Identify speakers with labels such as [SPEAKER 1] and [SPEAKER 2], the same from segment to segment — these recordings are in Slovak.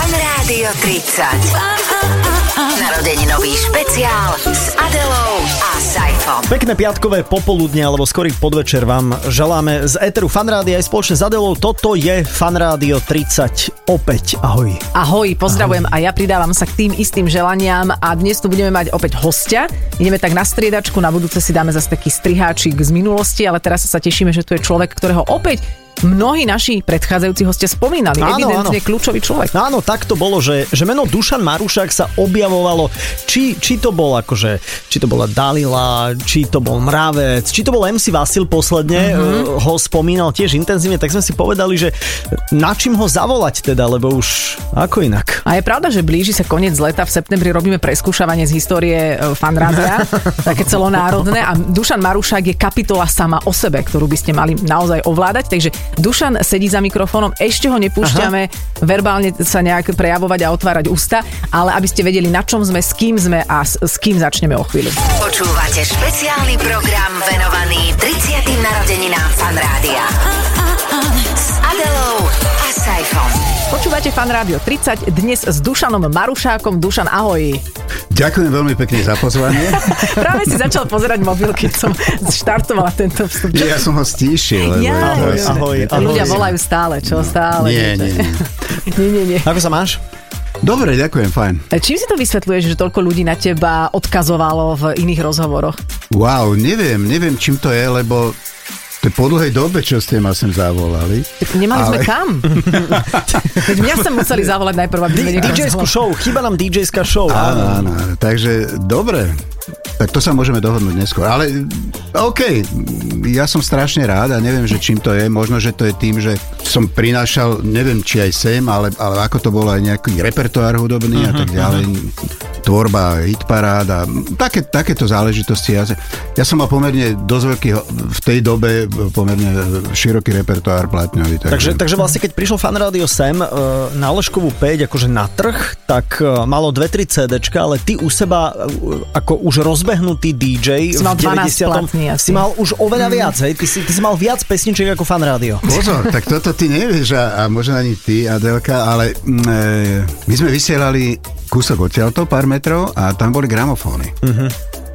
[SPEAKER 1] Rádio 30. Narodeninový špeciál s Adelou a Saifom.
[SPEAKER 2] Pekné piatkové popoludne alebo skorý podvečer vám želáme z Eteru Fanrády aj spoločne s Adelou. Toto je Fanrádio 30 opäť. Ahoj.
[SPEAKER 3] Ahoj, pozdravujem a ja pridávam sa k tým istým želaniam a dnes tu budeme mať opäť hostia. Ideme tak na striedačku, na budúce si dáme zase taký striháčik z minulosti, ale teraz sa tešíme, že tu je človek, ktorého opäť mnohí naši predchádzajúci hostia spomínali.
[SPEAKER 2] Áno, áno.
[SPEAKER 3] Evidentne kľúčový človek.
[SPEAKER 2] No áno, tak to bolo, že, že meno Dušan Marušák sa objavovalo, či, či to bol akože, či to bola Dalila, či to bol Mravec, či to bol MC Vasil posledne, mm-hmm. ho spomínal tiež intenzívne, tak sme si povedali, že na čím ho zavolať teda, lebo už ako inak.
[SPEAKER 3] A je pravda, že blíži sa koniec leta, v septembri robíme preskúšavanie z histórie e, fanrádia, také celonárodné a Dušan Marušák je kapitola sama o sebe, ktorú by ste mali naozaj ovládať, takže Dušan sedí za mikrofónom, ešte ho nepúšťame verbálne sa nejak prejavovať a otvárať ústa, ale aby ste vedeli, na čom sme, s kým sme a s, s kým začneme o chvíľu.
[SPEAKER 1] Počúvate špeciálny program venovaný 30. narodeninám Fanrádia. S Adelou a Saifom.
[SPEAKER 3] Počúvate Fan Rádio 30 dnes s Dušanom Marušákom. Dušan, ahoj.
[SPEAKER 4] Ďakujem veľmi pekne za pozvanie.
[SPEAKER 3] Práve si začal pozerať mobil, keď som štartovala tento vstup. Čo
[SPEAKER 4] Ja som ho stíšil. lebo
[SPEAKER 3] Ja,
[SPEAKER 4] to
[SPEAKER 3] Ahoj,
[SPEAKER 4] je-
[SPEAKER 2] ahoj,
[SPEAKER 4] je to-
[SPEAKER 3] A ľudia
[SPEAKER 2] Ahoj.
[SPEAKER 3] volajú stále, čo? Stále.
[SPEAKER 4] Nie,
[SPEAKER 3] niečo.
[SPEAKER 4] nie, nie.
[SPEAKER 3] nie, nie, nie.
[SPEAKER 2] Ako sa máš?
[SPEAKER 4] Dobre, ďakujem, fajn.
[SPEAKER 3] E, Čím si to vysvetľuješ, že toľko ľudí na teba odkazovalo v iných rozhovoroch?
[SPEAKER 4] Wow, neviem, neviem, čím to je, lebo to je po dlhej dobe, čo ste ma sem zavolali.
[SPEAKER 3] Nemali sme
[SPEAKER 4] Ale-
[SPEAKER 3] kam. Veď mňa sa museli zavolať najprv, aby sme
[SPEAKER 2] D-
[SPEAKER 3] niekoho
[SPEAKER 2] DJ-skú
[SPEAKER 3] zavolali.
[SPEAKER 2] show, chyba nám DJ-ská show.
[SPEAKER 4] Áno, áno, áno. Takže dobre, tak to sa môžeme dohodnúť neskôr. Ale OK, ja som strašne rád a neviem, že čím to je. Možno, že to je tým, že som prinášal, neviem, či aj sem, ale, ale ako to bolo aj nejaký repertoár hudobný a tak ďalej. Tvorba, hitparád a také, takéto záležitosti. Ja, ja som mal pomerne dosť veľký, ho- v tej dobe pomerne široký repertoár platňový.
[SPEAKER 2] Takže, takže vlastne, keď prišiel fan rádio sem e, na Leškovú 5, akože na trh, tak e, malo 2-3 CDčka, ale ty u seba, e, ako už rozbehnutý DJ
[SPEAKER 3] Si mal
[SPEAKER 2] v
[SPEAKER 3] 12 platní
[SPEAKER 2] 90.
[SPEAKER 3] asi.
[SPEAKER 2] si mal už oveľa viac, hej? Ty si, ty si mal viac pesničiek ako fan rádio.
[SPEAKER 4] Pozor, tak toto ty nevieš a, a možno ani ty, Adelka, ale mm, e, my sme vysielali kúsok odtiaľto, pár metrov a tam boli gramofóny. Mm-hmm.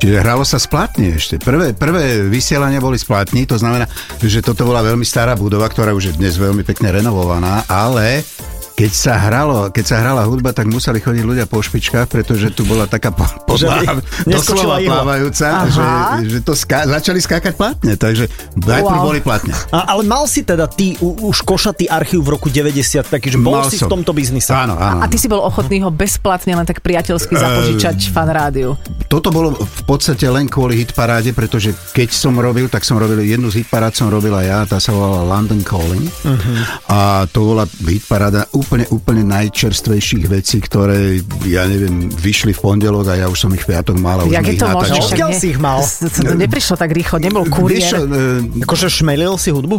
[SPEAKER 4] Čiže hralo sa splatne ešte. Prvé, prvé vysielania boli splatní, to znamená, že toto bola veľmi stará budova, ktorá už je dnes veľmi pekne renovovaná, ale keď sa, hralo, keď sa hrala hudba, tak museli chodiť ľudia po špičkách, pretože tu bola taká po- podláva,
[SPEAKER 2] neskočila
[SPEAKER 4] doslova
[SPEAKER 2] ihla.
[SPEAKER 4] plávajúca,
[SPEAKER 3] Aha.
[SPEAKER 4] že, že to ská- začali skákať platne, takže najprv
[SPEAKER 3] Wow.
[SPEAKER 4] boli platne.
[SPEAKER 2] A, ale mal si teda ty u, už košatý archív v roku 90, taký, že bol
[SPEAKER 4] Mal
[SPEAKER 2] si
[SPEAKER 4] som.
[SPEAKER 2] v tomto biznise.
[SPEAKER 4] Áno,
[SPEAKER 3] A
[SPEAKER 4] áno. Ehm,
[SPEAKER 3] ty si bol ochotný ho bezplatne len tak priateľsky zapožičať fan rádiu.
[SPEAKER 4] Toto bolo v podstate len kvôli hitparáde, pretože keď som robil, tak som robil jednu z hitparád som robila ja, tá sa volala London Calling
[SPEAKER 2] Mhm.
[SPEAKER 4] uh-huh. a to bola hitparáda úplne, úplne najčerstvejších vecí, ktoré, ja neviem, vyšli v pondelok a ja už som ich v piatok mal a už
[SPEAKER 3] Jak
[SPEAKER 4] sme
[SPEAKER 3] je
[SPEAKER 4] ich
[SPEAKER 3] to možné?
[SPEAKER 4] natáčali.
[SPEAKER 3] Však
[SPEAKER 2] Odkiaľ
[SPEAKER 3] ne-
[SPEAKER 2] si ich mal?
[SPEAKER 3] s- s- to Neprišlo tak rýchlo, nebol
[SPEAKER 4] Vieš čo,
[SPEAKER 3] kuriér.
[SPEAKER 4] e,
[SPEAKER 2] Akože šmelil si hudbu?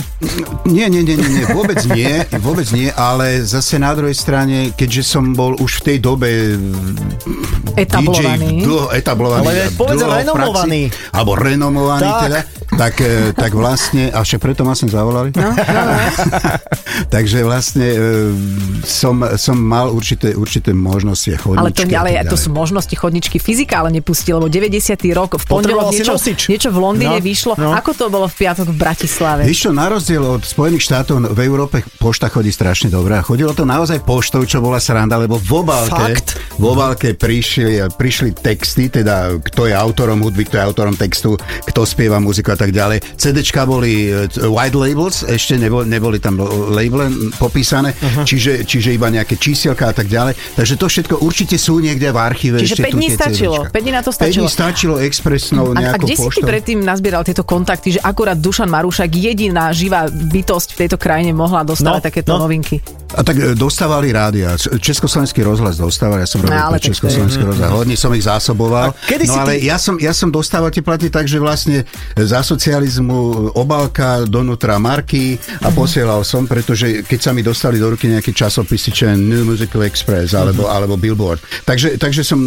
[SPEAKER 4] Nie, nie, nie, nie, nie, vôbec nie, vôbec nie, ale zase na druhej strane, keďže som bol už v tej dobe DJ
[SPEAKER 3] Etablovaný.
[SPEAKER 4] dlho etablovaný.
[SPEAKER 2] Ale
[SPEAKER 4] a
[SPEAKER 2] povedz
[SPEAKER 4] dlho v praxi,
[SPEAKER 2] renomovaný.
[SPEAKER 4] Alebo renomovaný
[SPEAKER 2] Tak.
[SPEAKER 4] tak. teda. Tak, e, tak vlastne, a však preto ma sem zavolali. No, no, no. Takže vlastne e, som, som mal určité, určité možnosti a chodničky.
[SPEAKER 3] Ale to,
[SPEAKER 4] a
[SPEAKER 3] ale to
[SPEAKER 4] tak ďalej.
[SPEAKER 3] sú možnosti chodničky fyzika, ale nepustí, lebo 90. rok v
[SPEAKER 2] Potreboval
[SPEAKER 3] pondelok
[SPEAKER 2] si
[SPEAKER 3] niečo,
[SPEAKER 2] nosič.
[SPEAKER 3] niečo v Londýne
[SPEAKER 2] No,
[SPEAKER 3] vyšlo.
[SPEAKER 2] no.
[SPEAKER 3] Ako to bolo v piatok v Bratislave?
[SPEAKER 4] Vieš čo, na rozdiel od Spojených štátov v Európe pošta chodí strašne dobre a chodilo to naozaj poštou, čo bola sranda, lebo v obálke,
[SPEAKER 2] Fakt?
[SPEAKER 4] v obálke prišli, prišli texty, teda kto je autorom hudby, kto je autorom textu, kto spieva muziku a tak ďalej. CDčka boli e, white labels, ešte nebo, neboli tam label popísané, uh-huh. čiže, čiže iba nejaké čísielka a tak ďalej. Takže to všetko určite sú niekde v archíve.
[SPEAKER 3] Čiže
[SPEAKER 4] ešte
[SPEAKER 3] päť
[SPEAKER 4] tu
[SPEAKER 3] dní
[SPEAKER 4] tie
[SPEAKER 3] stačilo,
[SPEAKER 4] CDčka.
[SPEAKER 3] päť dní na to
[SPEAKER 4] Päť dní
[SPEAKER 3] stačilo.
[SPEAKER 4] stačilo expresnou
[SPEAKER 3] A, a
[SPEAKER 4] nejakou
[SPEAKER 3] kde si ty
[SPEAKER 4] poštou.
[SPEAKER 3] predtým nazbieral tieto kontakty, že akurát Dušan Marušak, jediná živá bytosť v tejto krajine mohla
[SPEAKER 2] No,
[SPEAKER 3] dostávať no, takéto
[SPEAKER 2] no.
[SPEAKER 3] no. novinky?
[SPEAKER 4] A tak e, dostávali rádia. Č- Československý rozhlas dostával, ja som robil
[SPEAKER 3] No, ale tak
[SPEAKER 4] pre
[SPEAKER 3] to je-
[SPEAKER 4] Československý rozhlas. Hodne som ich zásoboval.
[SPEAKER 2] A kedy si
[SPEAKER 4] no ale
[SPEAKER 2] ty-
[SPEAKER 4] ja, som, ja som dostával tie platy tak, že vlastne za socializmu obálka donútra marky a posielal som, pretože keď sa mi dostali do ruky nejaké časopisy, čo je New Musical Express alebo, alebo Billboard. Takže, takže som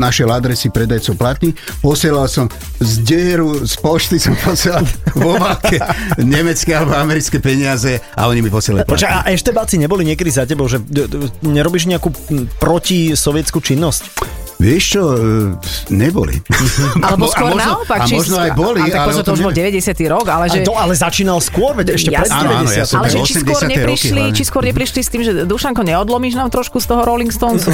[SPEAKER 4] našiel adresy predajcov platní, posielal som z dieru, z pošty som posielal v obálke nemecké alebo americké peniaze a oni mi posielali platní.
[SPEAKER 2] Počkaj, a ešte si Poliaci neboli niekedy za tebou, že d- d- nerobíš nejakú m, protisovietskú činnosť?
[SPEAKER 4] Vieš čo, e, neboli.
[SPEAKER 3] Alebo
[SPEAKER 4] A mo- a
[SPEAKER 3] skôr
[SPEAKER 4] možno-
[SPEAKER 3] naopak.
[SPEAKER 4] A
[SPEAKER 3] či-
[SPEAKER 4] možno aj boli,
[SPEAKER 3] a tak
[SPEAKER 4] ale
[SPEAKER 3] pozor,
[SPEAKER 4] o
[SPEAKER 3] to
[SPEAKER 4] tom
[SPEAKER 3] už bol
[SPEAKER 4] neviem.
[SPEAKER 3] 90. rok, ale že...
[SPEAKER 2] A to ale začínal skôr, veď ešte pred
[SPEAKER 3] Jasné.
[SPEAKER 4] Áno, áno, ja
[SPEAKER 2] 90.
[SPEAKER 4] som
[SPEAKER 3] Ale že či skôr,
[SPEAKER 4] 80. roky
[SPEAKER 3] neprišli,
[SPEAKER 4] hlavne.
[SPEAKER 3] či skôr neprišli s tým, že Dušanko, neodlomíš nám trošku z toho Rolling Stonesu?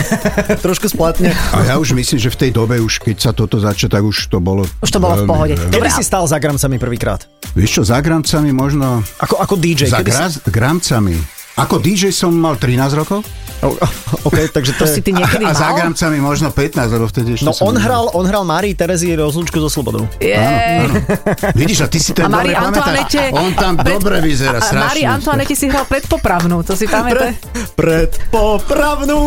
[SPEAKER 2] Trošku splatne.
[SPEAKER 4] A ja už myslím, že v tej dobe už, keď sa toto začalo, tak už to bolo...
[SPEAKER 3] Už to bolo v
[SPEAKER 4] veľmi-
[SPEAKER 3] pohode.
[SPEAKER 4] veľmi-
[SPEAKER 2] Kedy
[SPEAKER 3] Dobre,
[SPEAKER 2] si stal za gramcami prvýkrát?
[SPEAKER 4] Vieš čo, za grancami možno...
[SPEAKER 2] Ako, ako DJ?
[SPEAKER 4] Za
[SPEAKER 2] kedy si...
[SPEAKER 4] gra- grancami. Ako DJ som mal 13 rokov
[SPEAKER 2] O- o- OK, takže to,
[SPEAKER 3] To
[SPEAKER 2] je-
[SPEAKER 3] si ty
[SPEAKER 4] a,
[SPEAKER 3] niekedy
[SPEAKER 4] a za
[SPEAKER 3] mal?
[SPEAKER 4] grancami možno 15, lebo vtedy ešte
[SPEAKER 2] No
[SPEAKER 4] som
[SPEAKER 2] on
[SPEAKER 4] nebol.
[SPEAKER 2] hral, on hral Márii Terezii rozlúčku so Slobodou.
[SPEAKER 3] Jej.
[SPEAKER 4] Vidíš, a ty si
[SPEAKER 3] A
[SPEAKER 4] ten
[SPEAKER 3] Marie
[SPEAKER 4] dobre pamätáš.
[SPEAKER 3] Antoanete...
[SPEAKER 4] On tam
[SPEAKER 3] pred-
[SPEAKER 4] dobre
[SPEAKER 3] a- a
[SPEAKER 4] vyzerá, strašne.
[SPEAKER 3] Marie Antoanete si hral predpopravnú, to si pamätáš?
[SPEAKER 2] Pred popravnú.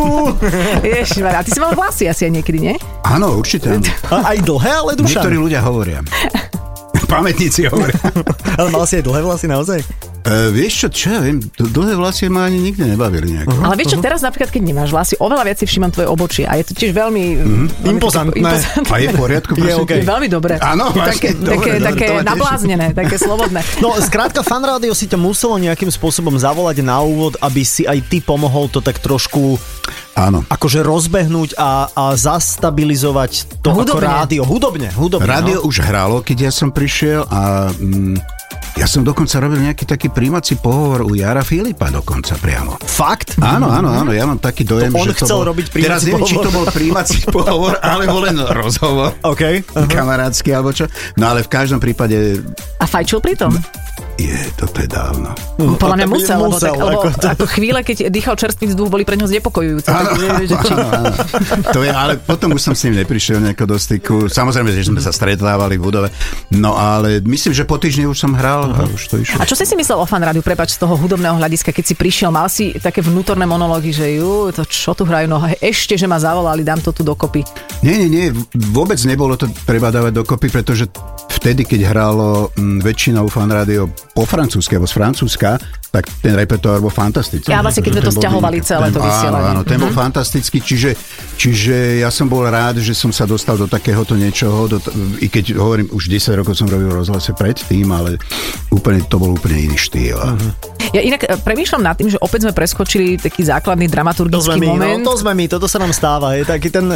[SPEAKER 3] Ježišmarja, a ty si mal vlasy asi aj niekedy, nie?
[SPEAKER 4] Áno, určite. áno.
[SPEAKER 2] A aj dlhé, ale Dušan.
[SPEAKER 4] Niektorí ľudia hovoria. Pamätníci hovoria.
[SPEAKER 2] Ale mal si aj dlhé vlasy naozaj?
[SPEAKER 4] E, vieš čo, čo ja viem, d- dlhé vlasy ma ani nikdy nebavili nejako.
[SPEAKER 2] Mhm. Hm,
[SPEAKER 3] Ale vieš čo, teraz napríklad, keď nemáš vlasy, oveľa viac si všímam tvoje obočie a je to tiež veľmi... veľmi
[SPEAKER 2] Mhm. Impozantné.
[SPEAKER 3] také- impozantné.
[SPEAKER 4] A je v poriadku,
[SPEAKER 2] Je
[SPEAKER 4] prosím?
[SPEAKER 2] OK.
[SPEAKER 3] Je veľmi dobré.
[SPEAKER 4] Áno,
[SPEAKER 3] také,
[SPEAKER 4] vlastne, dobre,
[SPEAKER 3] také,
[SPEAKER 4] dobre,
[SPEAKER 3] také
[SPEAKER 4] to ma teší.
[SPEAKER 3] nabláznené, také slobodné.
[SPEAKER 2] No, skrátka, fan rádio si ťa muselo nejakým spôsobom zavolať na úvod, aby si aj ty pomohol to tak trošku
[SPEAKER 4] Áno.
[SPEAKER 2] akože rozbehnúť a, a zastabilizovať to hudobne. ako
[SPEAKER 3] Hudobne.
[SPEAKER 2] rádio. Hudobne, hudobne.
[SPEAKER 4] Rádio
[SPEAKER 2] No.
[SPEAKER 4] už hralo, keď ja som prišiel a mm, ja som dokonca robil nejaký taký príjmací pohovor u Jara Filipa dokonca priamo.
[SPEAKER 2] no. Fakt?
[SPEAKER 4] Áno, áno, áno, ja mám taký dojem,
[SPEAKER 2] To on
[SPEAKER 4] že to
[SPEAKER 2] chcel
[SPEAKER 4] bol,
[SPEAKER 2] robiť príjmací
[SPEAKER 4] Teraz neviem, či
[SPEAKER 2] pohovor.
[SPEAKER 4] to bol príjmací pohovor, alebo len rozhovor
[SPEAKER 2] OK.
[SPEAKER 4] kamarádsky alebo čo. No ale v každom prípade
[SPEAKER 3] A fajčil pritom?
[SPEAKER 4] je teda toto je dávno.
[SPEAKER 3] No, Podľa mňa
[SPEAKER 2] tak
[SPEAKER 3] musel, lebo, tak,
[SPEAKER 2] musel,
[SPEAKER 3] lebo
[SPEAKER 2] ako to-
[SPEAKER 3] ako chvíle, keď dýchal čerstvý vzduch, boli pre neho znepokojujúce. Takže, že či...
[SPEAKER 4] Áno, áno. To je, ale potom už som s ním neprišiel nejako do styku. Samozrejme, že sme sa stretávali v budove. No ale myslím, že po týždni už som hral a už to išlo.
[SPEAKER 3] A čo si si myslel o fan rádiu, prepač, z toho hudobného hľadiska, keď si prišiel, mal si také vnútorné monológy, že ju, to čo tu hrajú, no he- ešte, že ma zavolali, dám to tu dokopy.
[SPEAKER 4] Nie, nie, nie, v- vôbec nebolo to treba dávať dokopy, pretože vtedy, keď hralo mm, väčšinou fan rádio po francúzsky alebo z Francúzska, tak ten repertoár bol fantastický.
[SPEAKER 3] Ja vlastne, keď sme
[SPEAKER 4] Ten
[SPEAKER 3] to
[SPEAKER 4] bol
[SPEAKER 3] sťahovali
[SPEAKER 4] vynik-
[SPEAKER 3] celé
[SPEAKER 4] ten-
[SPEAKER 3] to vysielanie. Mhm.
[SPEAKER 4] Áno, áno, ten bol fantastický, čiže, čiže ja som bol rád, že som sa dostal do takéhoto niečoho, do, t- i keď hovorím, už 10 rokov som robil rozhlase predtým, ale úplne, to bol úplne iný štýl.
[SPEAKER 3] Mhm.
[SPEAKER 4] Uh-huh.
[SPEAKER 3] Ja inak e, premýšľam nad tým, že opäť sme preskočili taký
[SPEAKER 2] To
[SPEAKER 3] základný
[SPEAKER 2] sme
[SPEAKER 3] dramaturgický
[SPEAKER 2] my,
[SPEAKER 3] moment.
[SPEAKER 2] no, to sme my, toto sa nám stáva. Je taký ten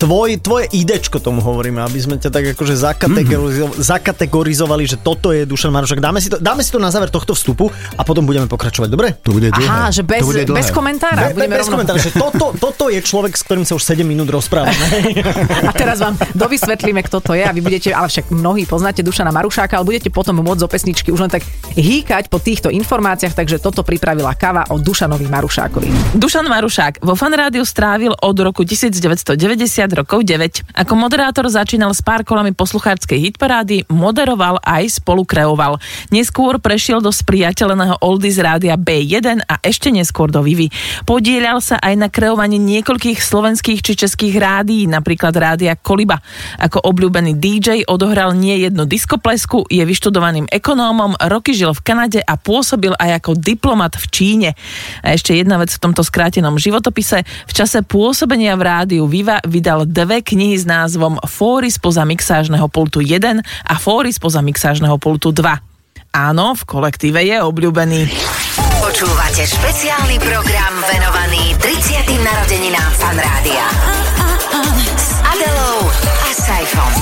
[SPEAKER 2] tvoj, tvoje idečko tomu hovoríme, aby sme ťa tak akože zakategorizo-
[SPEAKER 4] Mhm.
[SPEAKER 2] zakategorizovali, že toto je Dušan Marošak. Dáme si, to, dáme si to na záver tohto vstupu a potom budeme pokračovať, dobre?
[SPEAKER 4] To bude dlhé.
[SPEAKER 3] Aha, že bez,
[SPEAKER 4] to bude dlhé.
[SPEAKER 3] bez komentára.
[SPEAKER 2] Be,
[SPEAKER 3] budeme
[SPEAKER 2] bez
[SPEAKER 3] rovno...
[SPEAKER 2] komentára, že toto, toto je človek, s ktorým sa už 7 minút rozprávame.
[SPEAKER 3] A teraz vám dovysvetlíme, kto to je a vy budete, ale však mnohí poznáte Dušana Marušáka, ale budete potom môcť zo pesničky už len tak hýkať po týchto informáciách, takže toto pripravila kava o Dušanovi Marušákovi.
[SPEAKER 5] Dušan Marušák vo fanrádiu strávil od roku 1990 rokov 9. Ako moderátor začínal s pár kolami posluchárskej hitparády, moderoval aj spolukreoval. Neskôr prešiel do spriateľeného Oldies rádia B1 a ešte neskôr do Vivi. Podielal sa aj na kreovaní niekoľkých slovenských či českých rádií, napríklad rádia Koliba. Ako obľúbený DJ odohral nie jednu diskoplesku, je vyštudovaným ekonómom, roky žil v Kanade a pôsobil aj ako diplomat v Číne. A ešte jedna vec v tomto skrátenom životopise. V čase pôsobenia v rádiu Viva vydal dve knihy s názvom Fóry spoza mixážneho pultu 1 a Fóry spoza mixážneho pultu 2. Áno, v kolektíve je obľúbený.
[SPEAKER 1] Počúvate špeciálny program venovaný 30. narodeninám Fanrádia. S Adelou a Saifom.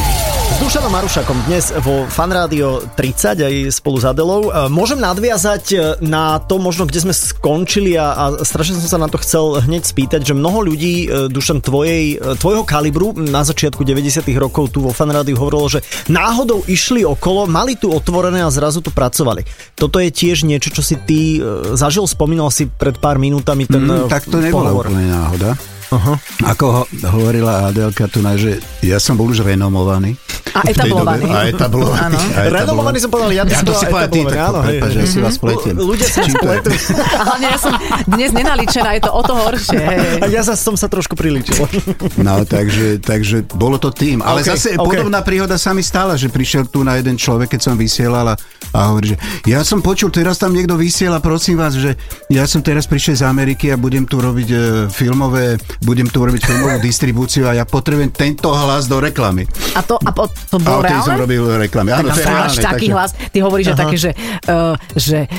[SPEAKER 2] S Dušanom Marušakom dnes vo Fanrádio 30 aj spolu s Adelou. E, Môžem nadviazať e, na to možno, kde sme skončili a, a strašne som sa na to chcel hneď spýtať, že mnoho ľudí, e, Dušan, tvojej, e, tvojho kalibru na začiatku 90 rokov tu vo Fanrádiu hovorilo, že náhodou išli okolo, mali tu otvorené a zrazu tu pracovali. Toto je tiež niečo, čo si ty e, zažil, spomínal si pred pár minútami ten
[SPEAKER 4] Mm,
[SPEAKER 2] mm,
[SPEAKER 4] tak to nebola
[SPEAKER 2] pohovor.
[SPEAKER 4] úplne náhoda. Aha. Ako ho, hovorila Adelka tu na, že ja som bol už renomovaný.
[SPEAKER 3] A
[SPEAKER 4] v tej dobe.
[SPEAKER 3] etablovaný.
[SPEAKER 4] A etablovaný.
[SPEAKER 3] Áno.
[SPEAKER 4] A etablovaný.
[SPEAKER 2] Renomovaný som povedal, ja,
[SPEAKER 4] Ja to si povedal ty, tak to prepáč, ja si vás pletiem.
[SPEAKER 2] Mhm. Ľudia sa
[SPEAKER 4] Čím to je?
[SPEAKER 2] spletú.
[SPEAKER 3] Hlavne ja som dnes nenaličená, je to o to horšie. hej.
[SPEAKER 2] A ja sa, som sa trošku priličil.
[SPEAKER 4] No, takže, takže bolo to tým.
[SPEAKER 2] OK,
[SPEAKER 4] Ale okay, zase
[SPEAKER 2] OK.
[SPEAKER 4] okay. podobná príhoda sa mi stala, že prišiel tu na jeden človek, keď som vysielal a a hovorí, že ja som počul, teraz tam niekto vysiela, prosím vás, že ja som teraz prišiel z Ameriky a budem tu robiť e, filmové, budem tu robiť filmovú distribúciu a ja potrebujem tento hlas do reklamy.
[SPEAKER 3] A to, a po, to
[SPEAKER 4] A
[SPEAKER 3] bolo
[SPEAKER 4] odtedy som
[SPEAKER 3] reálne?
[SPEAKER 4] robil reklamy. Áno,
[SPEAKER 3] Tam
[SPEAKER 4] to je
[SPEAKER 3] sa máš
[SPEAKER 4] reálne,
[SPEAKER 3] taký
[SPEAKER 4] takže-
[SPEAKER 3] hlas, ty hovoríš, že také, že, uh, že uh,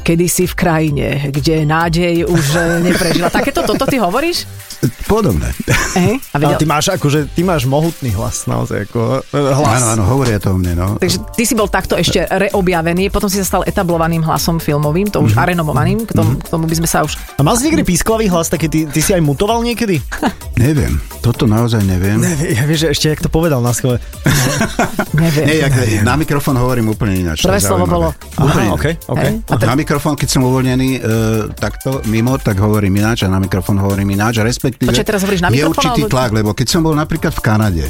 [SPEAKER 3] kedysi v krajine, kde nádej už uh, neprežila. Takéto toto ty hovoríš?
[SPEAKER 4] Podobné.
[SPEAKER 3] Ej, a
[SPEAKER 2] Ale ty
[SPEAKER 3] vedel,
[SPEAKER 2] máš akože, ty máš mohutný hlas, naozaj, ako e, hlas.
[SPEAKER 4] Áno, áno, hovoria to o mne, no.
[SPEAKER 3] Takže ty si bol takto ešte reobjavený, potom si sa stal etablovaným hlasom filmovým, to už
[SPEAKER 4] Mhm.
[SPEAKER 3] mm-hmm. arenovaným, k tomu, k tomu by sme sa už...
[SPEAKER 2] A máš niekedy písklavý hlas, taký, ty, ty si aj mutoval niekedy?
[SPEAKER 4] Neviem, toto naozaj neviem.
[SPEAKER 2] Ne, ja vieš, že ešte, jak to povedal na schole.
[SPEAKER 3] Neviem.
[SPEAKER 4] Nie, jak, na mikrofón hovorím úplne ináč. to
[SPEAKER 3] Prvé
[SPEAKER 4] je
[SPEAKER 3] slovo
[SPEAKER 4] zaujímavé.
[SPEAKER 3] bolo...
[SPEAKER 4] Úplne
[SPEAKER 2] Aha,
[SPEAKER 4] ináč.
[SPEAKER 2] OK, OK.
[SPEAKER 3] Hej. A
[SPEAKER 4] Na mikrofón, keď som uvoľnený e, takto mimo, tak hovorím ináč a na mikrofón hovorím ináč. A respektíve
[SPEAKER 3] Počkaj, teraz hovoríš na
[SPEAKER 4] je
[SPEAKER 3] mikrofón,
[SPEAKER 4] určitý
[SPEAKER 3] alebo-
[SPEAKER 4] tlak, lebo keď som bol napríklad v Kanade,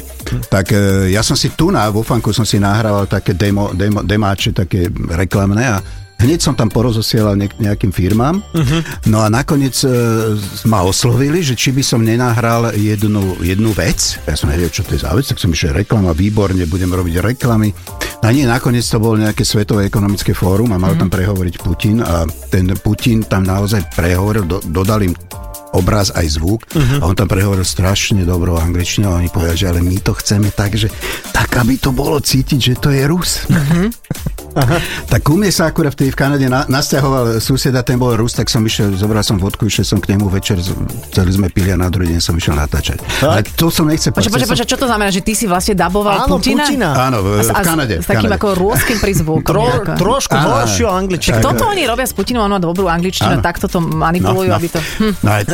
[SPEAKER 4] tak e, ja som si tu na vo fanku som si nahrával také demo, demo, demáče, také reklamné a hneď som tam porozosielal niek- nejakým firmám. Uh-huh.
[SPEAKER 3] Mhm.
[SPEAKER 4] No a nakoniec e, ma oslovili, že či by som nenahral jednu, jednu vec. Ja som nevedel, čo to je za vec, tak som išiel reklama, výborne, budem robiť reklamy. No A nie, nakoniec to bol nejaké Svetové ekonomické fórum a
[SPEAKER 3] Mhm.
[SPEAKER 4] mal tam prehovoriť Putin a ten Putin tam naozaj prehovoril, do, dodal im obraz aj zvuk
[SPEAKER 3] Mhm.
[SPEAKER 4] uh-huh. a on tam prehovoril strašne dobrou angličtinou a oni povedali, že ale my to chceme tak, že tak, aby to bolo cítiť, že to je Rus.
[SPEAKER 3] Mhm.
[SPEAKER 4] Uh-huh. tak ku mne sa akurát vtedy v Kanade na, nasťahoval suseda, ten bol Rus, tak som išiel, zobral som vodku, išiel som k nemu večer, z- celý sme pili a na druhý deň som išiel natáčať. Ale to som nechcel
[SPEAKER 3] Počkaj, počkaj,
[SPEAKER 4] chcel som-
[SPEAKER 3] počkaj, čo to znamená, že ty si vlastne daboval
[SPEAKER 2] Áno,
[SPEAKER 3] Putina?
[SPEAKER 2] Putina.
[SPEAKER 4] Áno, v,
[SPEAKER 3] A s-
[SPEAKER 4] v
[SPEAKER 3] a s-
[SPEAKER 4] Kanade.
[SPEAKER 3] S takým
[SPEAKER 4] v Kanade.
[SPEAKER 3] ako rôzkym prizvukom.
[SPEAKER 2] Tro,
[SPEAKER 3] ako-
[SPEAKER 2] trošku
[SPEAKER 4] Áno,
[SPEAKER 2] horšiu
[SPEAKER 4] áno.
[SPEAKER 2] angličtinu.
[SPEAKER 3] Však toto oni robia s Putinom, on má dobrú angličtinu,
[SPEAKER 4] Áno.
[SPEAKER 3] takto to manipulujú, aby to... Hm.
[SPEAKER 4] No, ale,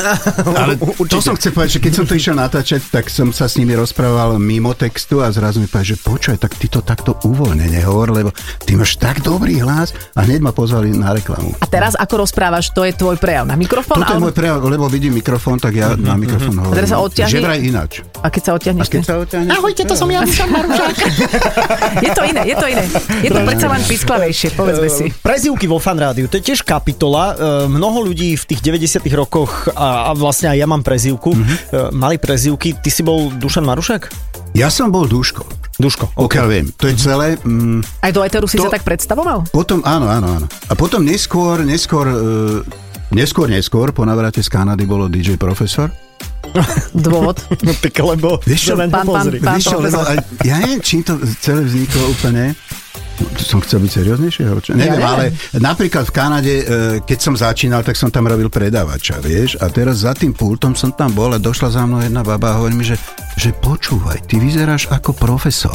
[SPEAKER 4] ale to som chcel povedať, že keď som to išiel natáčať, tak som sa s nimi rozprával mimo textu a zrazu mi povedal, že počuj, tak ty to takto uvoľnene hovor, lebo ty máš tak dobrý hlas a hneď ma pozvali na reklamu.
[SPEAKER 3] A teraz ako rozprávaš, to je tvoj prejav na mikrofón?
[SPEAKER 4] Toto je môj prejav, lebo vidím mikrofón, tak ja na mikrofón hovorím. No,
[SPEAKER 3] teraz sa odťahni-
[SPEAKER 4] Že vraj ináč.
[SPEAKER 3] A keď sa
[SPEAKER 4] A
[SPEAKER 3] odtiahneš...
[SPEAKER 4] keď
[SPEAKER 3] ty?
[SPEAKER 4] sa odťahne...
[SPEAKER 1] Ahojte, to som ja, Dušan Marušák.
[SPEAKER 3] Je to iné, je to iné. Je to predsa len pisklavejšie, povedzme si.
[SPEAKER 2] Prezivky E, vo fan rádiu, to je tiež kapitola. E, Mnoho ľudí v tých 90 rokoch, a, a vlastne aj ja mám prezivku,
[SPEAKER 4] Mhm.
[SPEAKER 2] mm-hmm. mali prezivky. Ty si bol Dušan Marušák?
[SPEAKER 4] Ja som bol Duško.
[SPEAKER 2] Duško.
[SPEAKER 4] Pokiaľ viem. To je celé. Mm,
[SPEAKER 3] Aj do Eteru si
[SPEAKER 4] To-
[SPEAKER 3] sa tak predstavoval?
[SPEAKER 4] Potom, áno, áno, áno. A potom neskôr, neskôr, e, neskôr, neskôr, po navrate z Kanady bolo DJ Profesor.
[SPEAKER 3] Dôvod.
[SPEAKER 2] No tak lebo...
[SPEAKER 4] Vieš čo,
[SPEAKER 2] na ňo
[SPEAKER 3] pán- pán-
[SPEAKER 2] pozri.
[SPEAKER 3] pán-
[SPEAKER 4] Vieš čo, lebo
[SPEAKER 3] profesor.
[SPEAKER 4] aj, ja neviem, čím to celé vzniklo úplne. Som chcel byť serióznejší? alebo Čo? Neviem,
[SPEAKER 3] neviem.
[SPEAKER 4] ale napríklad v Kanade, e, keď som začínal, tak som tam robil predávača, vieš? A teraz za tým pultom som tam bol a došla za mnou jedna baba a hovorí mi, že, že počúvaj, ty vyzeráš ako profesor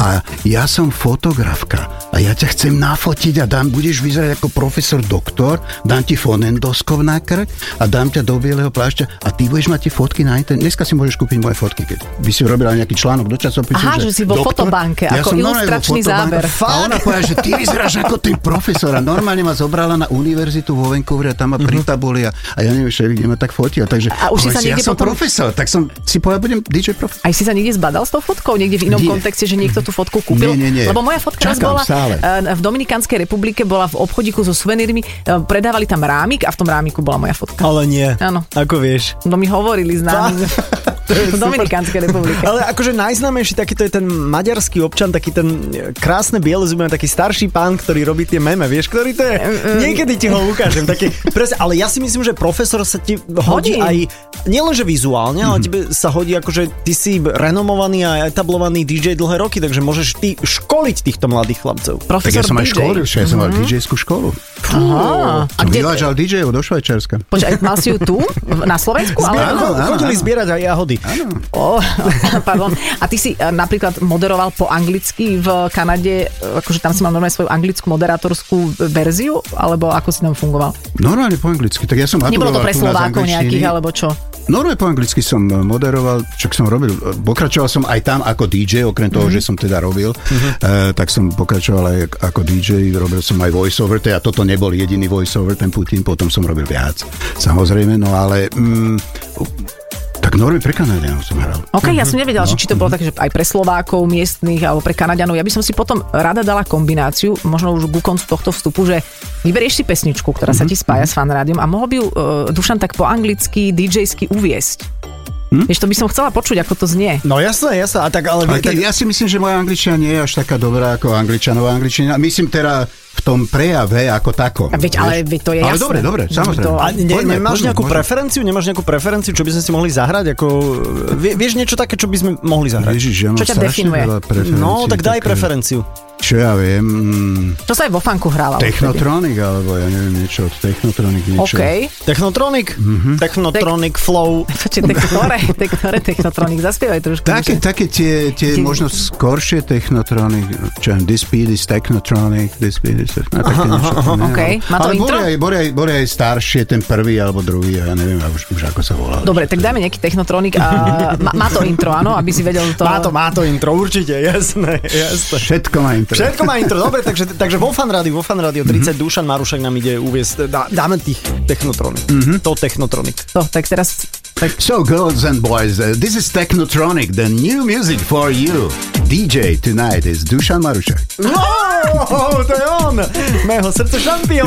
[SPEAKER 4] a ja som fotografka a ja ťa chcem nafotiť a dám, budeš vyzerať ako profesor doktor, dám ti fonendoskop na krk a dám ťa do bieleho plášťa a ty budeš mať tie fotky na internet. Dneska si môžeš kúpiť moje fotky, keď by si robila nejaký článok do časopisu.
[SPEAKER 3] Aha, že si vo fotobanke, ako
[SPEAKER 4] som normálne vo
[SPEAKER 3] ilustračný
[SPEAKER 4] fotobanke.
[SPEAKER 3] záber.
[SPEAKER 4] A ona povedala, že ty vyzeráš ako ten profesor a normálne ma zobrala na univerzitu vo Vancouveri a tam ma pri tabuli a, a ja neviem, všeli, kde ma tak fotia. Takže,
[SPEAKER 3] Mhm. A už si
[SPEAKER 4] hovorím
[SPEAKER 3] sa
[SPEAKER 4] ja
[SPEAKER 3] niekde
[SPEAKER 4] som
[SPEAKER 3] potom-
[SPEAKER 4] profesor, tak som si povedal, budem DJ profesor.
[SPEAKER 3] Aj si sa niekde zbadal s tou fotkou? Niekde v inom
[SPEAKER 4] Nie.
[SPEAKER 3] kontexte, že niekto tú fotku kúpil?
[SPEAKER 4] Nie, nie, nie.
[SPEAKER 3] Lebo moja fotka raz
[SPEAKER 4] Čakám
[SPEAKER 3] bola
[SPEAKER 4] stále.
[SPEAKER 3] e, v Dominikanskej republike, bola v obchodíku so suvenírmi, e, predávali tam rámik a v tom rámiku bola moja fotka.
[SPEAKER 2] Ale nie.
[SPEAKER 3] Áno.
[SPEAKER 2] Ako vieš.
[SPEAKER 3] No mi hovorili s nami v Dominikánskej republike.
[SPEAKER 2] Ale akože najznámejší takýto je ten maďarský občan, taký ten e, krásne biele zuby, má taký starší pán, ktorý robí tie meme, vieš, ktorý to je? Niekedy ti ho ukážem, taký, presne, ale ja si myslím, že profesor sa ti hodí
[SPEAKER 3] Hodí.
[SPEAKER 2] aj, nielenže vizuálne, ale tebe sa hodí akože ty si renomovaný a etablovaný DJ dlhé roky, takže môžeš ty školiť týchto mladých chlapcov.
[SPEAKER 4] Tak ja
[SPEAKER 3] Profesor
[SPEAKER 4] som aj
[SPEAKER 3] DJ.
[SPEAKER 4] školil, že ja som mal DJ-skú školu.
[SPEAKER 3] Aha. A
[SPEAKER 4] Som
[SPEAKER 3] kde,
[SPEAKER 4] vyvážal DJ-ov do Švajčiarska.
[SPEAKER 3] počkaj, mal si ju tu? v- Na Slovensku?
[SPEAKER 2] Zbiera,
[SPEAKER 3] Ale,
[SPEAKER 4] Áno, áno,
[SPEAKER 2] chodili
[SPEAKER 4] áno.
[SPEAKER 2] zbierať aj jahody. Áno.
[SPEAKER 3] oh, pardon. A ty si e, napríklad moderoval po anglicky v Kanade, e, akože tam si mal normálne svoju anglickú moderátorskú verziu, alebo ako si tam fungoval?
[SPEAKER 4] Normálne po anglicky, tak ja som
[SPEAKER 3] Nebolo to
[SPEAKER 4] maturoval
[SPEAKER 3] pre
[SPEAKER 4] tu na z
[SPEAKER 3] Slovákov
[SPEAKER 4] angličtiny.
[SPEAKER 3] nejakých, alebo čo?
[SPEAKER 4] Normálne po anglicky som e, moderoval, čo som robil, e, pokračoval som aj tam ako DJ, okrem
[SPEAKER 3] Mhm.
[SPEAKER 4] toho, že som teda robil, e, tak som pokračoval aj ako DJ, robil som aj voiceover, teda toto nebol jediný voiceover, ten Putin, potom som robil viac, samozrejme, no ale... Mm, tak normálne pre Kanadianov som hral.
[SPEAKER 3] OK, ja
[SPEAKER 4] Mhm,
[SPEAKER 3] som nevedela,
[SPEAKER 4] no.
[SPEAKER 3] že či to bolo také, že aj pre Slovákov, miestných alebo pre Kanaďanov. Ja by som si potom rada dala kombináciu, možno už ku koncu tohto vstupu, že vyberieš si pesničku, ktorá
[SPEAKER 4] Mhm,
[SPEAKER 3] sa ti spája s fan rádiom a mohol by ju uh, Dušan tak po anglicky, DJ-sky uviesť.
[SPEAKER 4] Hm?
[SPEAKER 3] Vieš, to by som chcela počuť, ako to znie.
[SPEAKER 2] No jasné, jasné, a tak ale...
[SPEAKER 4] Ale tak, ja si myslím, že moja angličtina nie je až taká dobrá ako angličanová angličtina. Myslím teda v tom prejave ako takom.
[SPEAKER 3] Veď, ale veď to je
[SPEAKER 4] ale
[SPEAKER 3] jasné.
[SPEAKER 4] dobre, dobre, samozrejme.
[SPEAKER 3] To-
[SPEAKER 2] A ne,
[SPEAKER 4] Poďme,
[SPEAKER 2] nemáš
[SPEAKER 4] poďme,
[SPEAKER 2] nejakú
[SPEAKER 4] poďme.
[SPEAKER 2] preferenciu? Nemáš nejakú preferenciu, čo by sme si mohli zahrať? Ako, vie, vieš niečo také, čo by sme mohli zahrať?
[SPEAKER 4] Ježiš, ja mám
[SPEAKER 3] Čo ťa
[SPEAKER 4] strašne
[SPEAKER 3] definuje?
[SPEAKER 4] veľa preferencií,
[SPEAKER 2] No, tak daj
[SPEAKER 4] také-
[SPEAKER 2] preferenciu.
[SPEAKER 4] Čo ja viem, mm,
[SPEAKER 3] To sa aj vo fanku hrávalo.
[SPEAKER 4] Technotronic, alebo ja neviem, niečo od Technotronic, niečo.
[SPEAKER 3] OK.
[SPEAKER 2] Technotronic? Technotronic Flow.
[SPEAKER 3] Počkej, tak ktoré, tak ktoré Technotronic? Zaspievaj trošku.
[SPEAKER 4] Také,
[SPEAKER 3] Mišo.
[SPEAKER 4] také tie,
[SPEAKER 3] Tie-
[SPEAKER 4] tie možno skoršie Technotronic, čo ja viem, This Speed is Technotronic, This Speed is Technotronic, také niečo. ne,
[SPEAKER 3] OK.
[SPEAKER 4] ale-
[SPEAKER 3] Má to
[SPEAKER 4] ale
[SPEAKER 3] intro?
[SPEAKER 4] Boli aj, boli, aj, boli aj staršie, ten prvý alebo druhý, ja neviem ja už, už ako sa volá.
[SPEAKER 3] Dobre, tak dáme nejaký Technotronic a má, má to intro, áno, aby si vedel to.
[SPEAKER 2] Má to, má to intro, určite, jasné, jasné.
[SPEAKER 4] Všetko má intro.
[SPEAKER 2] Všetko má intro, dobre, takže, takže vo fan rádiu, vo fan rádiu 30 Dušan Marušek nám ide uviezť, dá, dáme tých Technotronic, to Technotronic.
[SPEAKER 3] to. Tak teraz
[SPEAKER 4] So girls and boys, uh, this is Technotronic, the new music for you. DJ tonight is Dušan Marušek.
[SPEAKER 2] No, to je on, mého srdce šampión.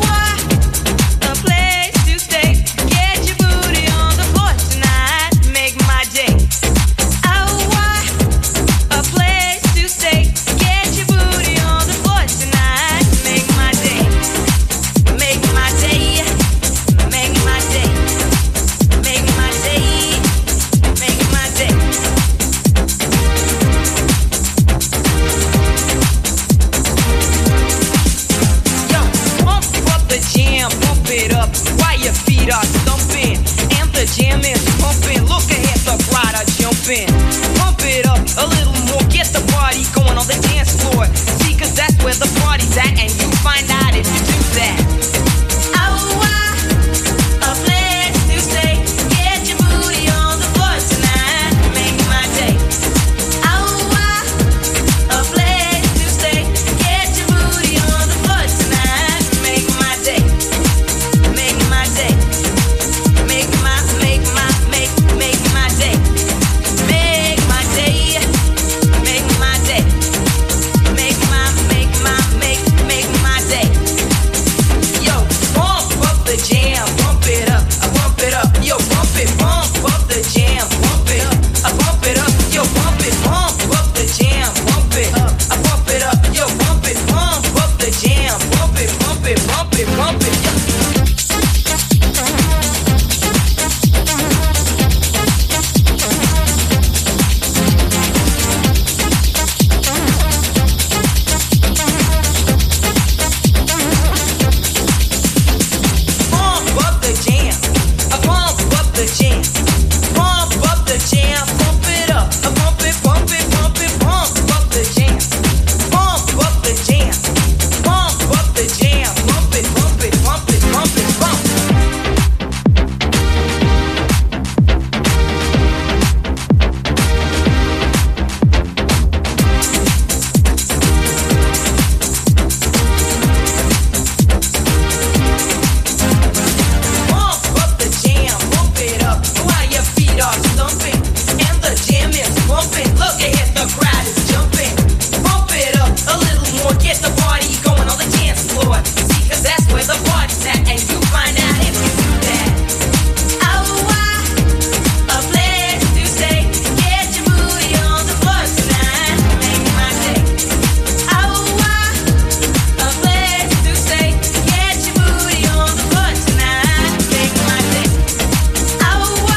[SPEAKER 6] want a place to stay. Get your booty on the floor tonight, make my day. I want a place to stay. Get your booty on the floor tonight. Make my day. Make my day. Make my day. Make my day. Make my day. Yo, pump up the jam, pump it up while your feet are thumping. And the jam is pumping. Look ahead, the crowd are jumping. Pump it up a little more, get the party going on the dance floor. See, cause that's where the party's at, and you find out if you do that. Oh, wow. A place to stay. Get your booty on the floor tonight. Make my day. Oh, wow. A place to stay. Get your booty on the floor tonight. Make my day. Make my day. Make my make my make make my day. Make my day. Make my day. Make my make my make make my day. Yo, pump up the jam, pump it up, I pump it up. Yo, pump it, pump up the jam, pump it up, I pump it up. Yo, pump it, pump up the jam, pump it up, I pump it up. Yo, pump it, pump up the jam, pump it, pump it, pump it, pump it. Yo. Pump up the jam. I pump up the jam. Pump up the jam. Pump it up. I pump it, pump it, pump it. Pump up the jam. Pump up the jam. Pump up the jam. Pump it, pump it, pump it, pump it, pump. Pump up the jam. Pump it up while your feet are thumping and the jam is pumping. Look ahead, the crowd is jumping. Pump it up a little more. Get the party going on the dance floor. See, 'cause that's where the party's at, and you find out if you do that. Oh, a place to stay. Get your booty on the floor tonight. Make my day. Oh, a place to stay. Get your booty on the floor tonight. Make my day. Oh,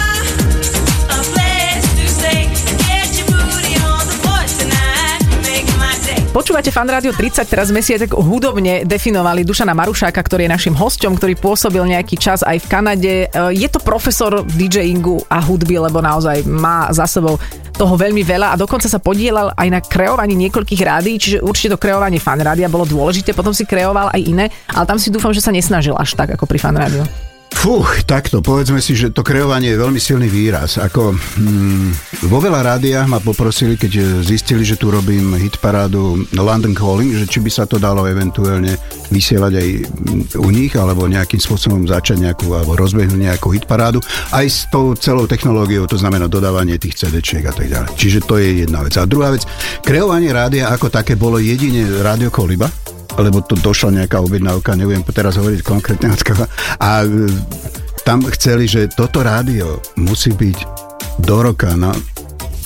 [SPEAKER 6] a place to stay. Get your booty on the floor tonight. Make my day.
[SPEAKER 3] Počúvate Fan Rádio 30, teraz sme si aj tak hudobne definovali Dušana Marušáka, ktorý je našim hosťom, ktorý pôsobil nejaký čas aj v Kanade. E, Je to profesor DJingu a hudby, lebo naozaj má za sebou toho veľmi veľa a dokonca sa podielal aj na kreovaní niekoľkých rádií, čiže určite to kreovanie fan rádia bolo dôležité, potom si kreoval aj iné, ale tam si dúfam, že sa nesnažil až tak ako pri fan rádiu.
[SPEAKER 4] Fú, takto, povedzme si, že to kreovanie je veľmi silný výraz. Ako, mm, vo veľa rádiách ma poprosili, keď eh, zistili, že tu robím hit parádu London Calling, že či by sa to dalo eventuálne vysielať aj mm, u nich, alebo nejakým spôsobom začať nejakú, alebo rozbehnúť nejakú hit parádu, aj s tou celou technológiou, to znamená dodávanie tých CD-čiek a tak ďalej. Čiže to je jedna vec. A druhá vec, kreovanie rádia ako také bolo jedine Rádio Koliba, lebo tu došla nejaká objednávka, neviem teraz hovoriť konkrétne od koho. A e, tam chceli, že toto rádio musí byť do roka na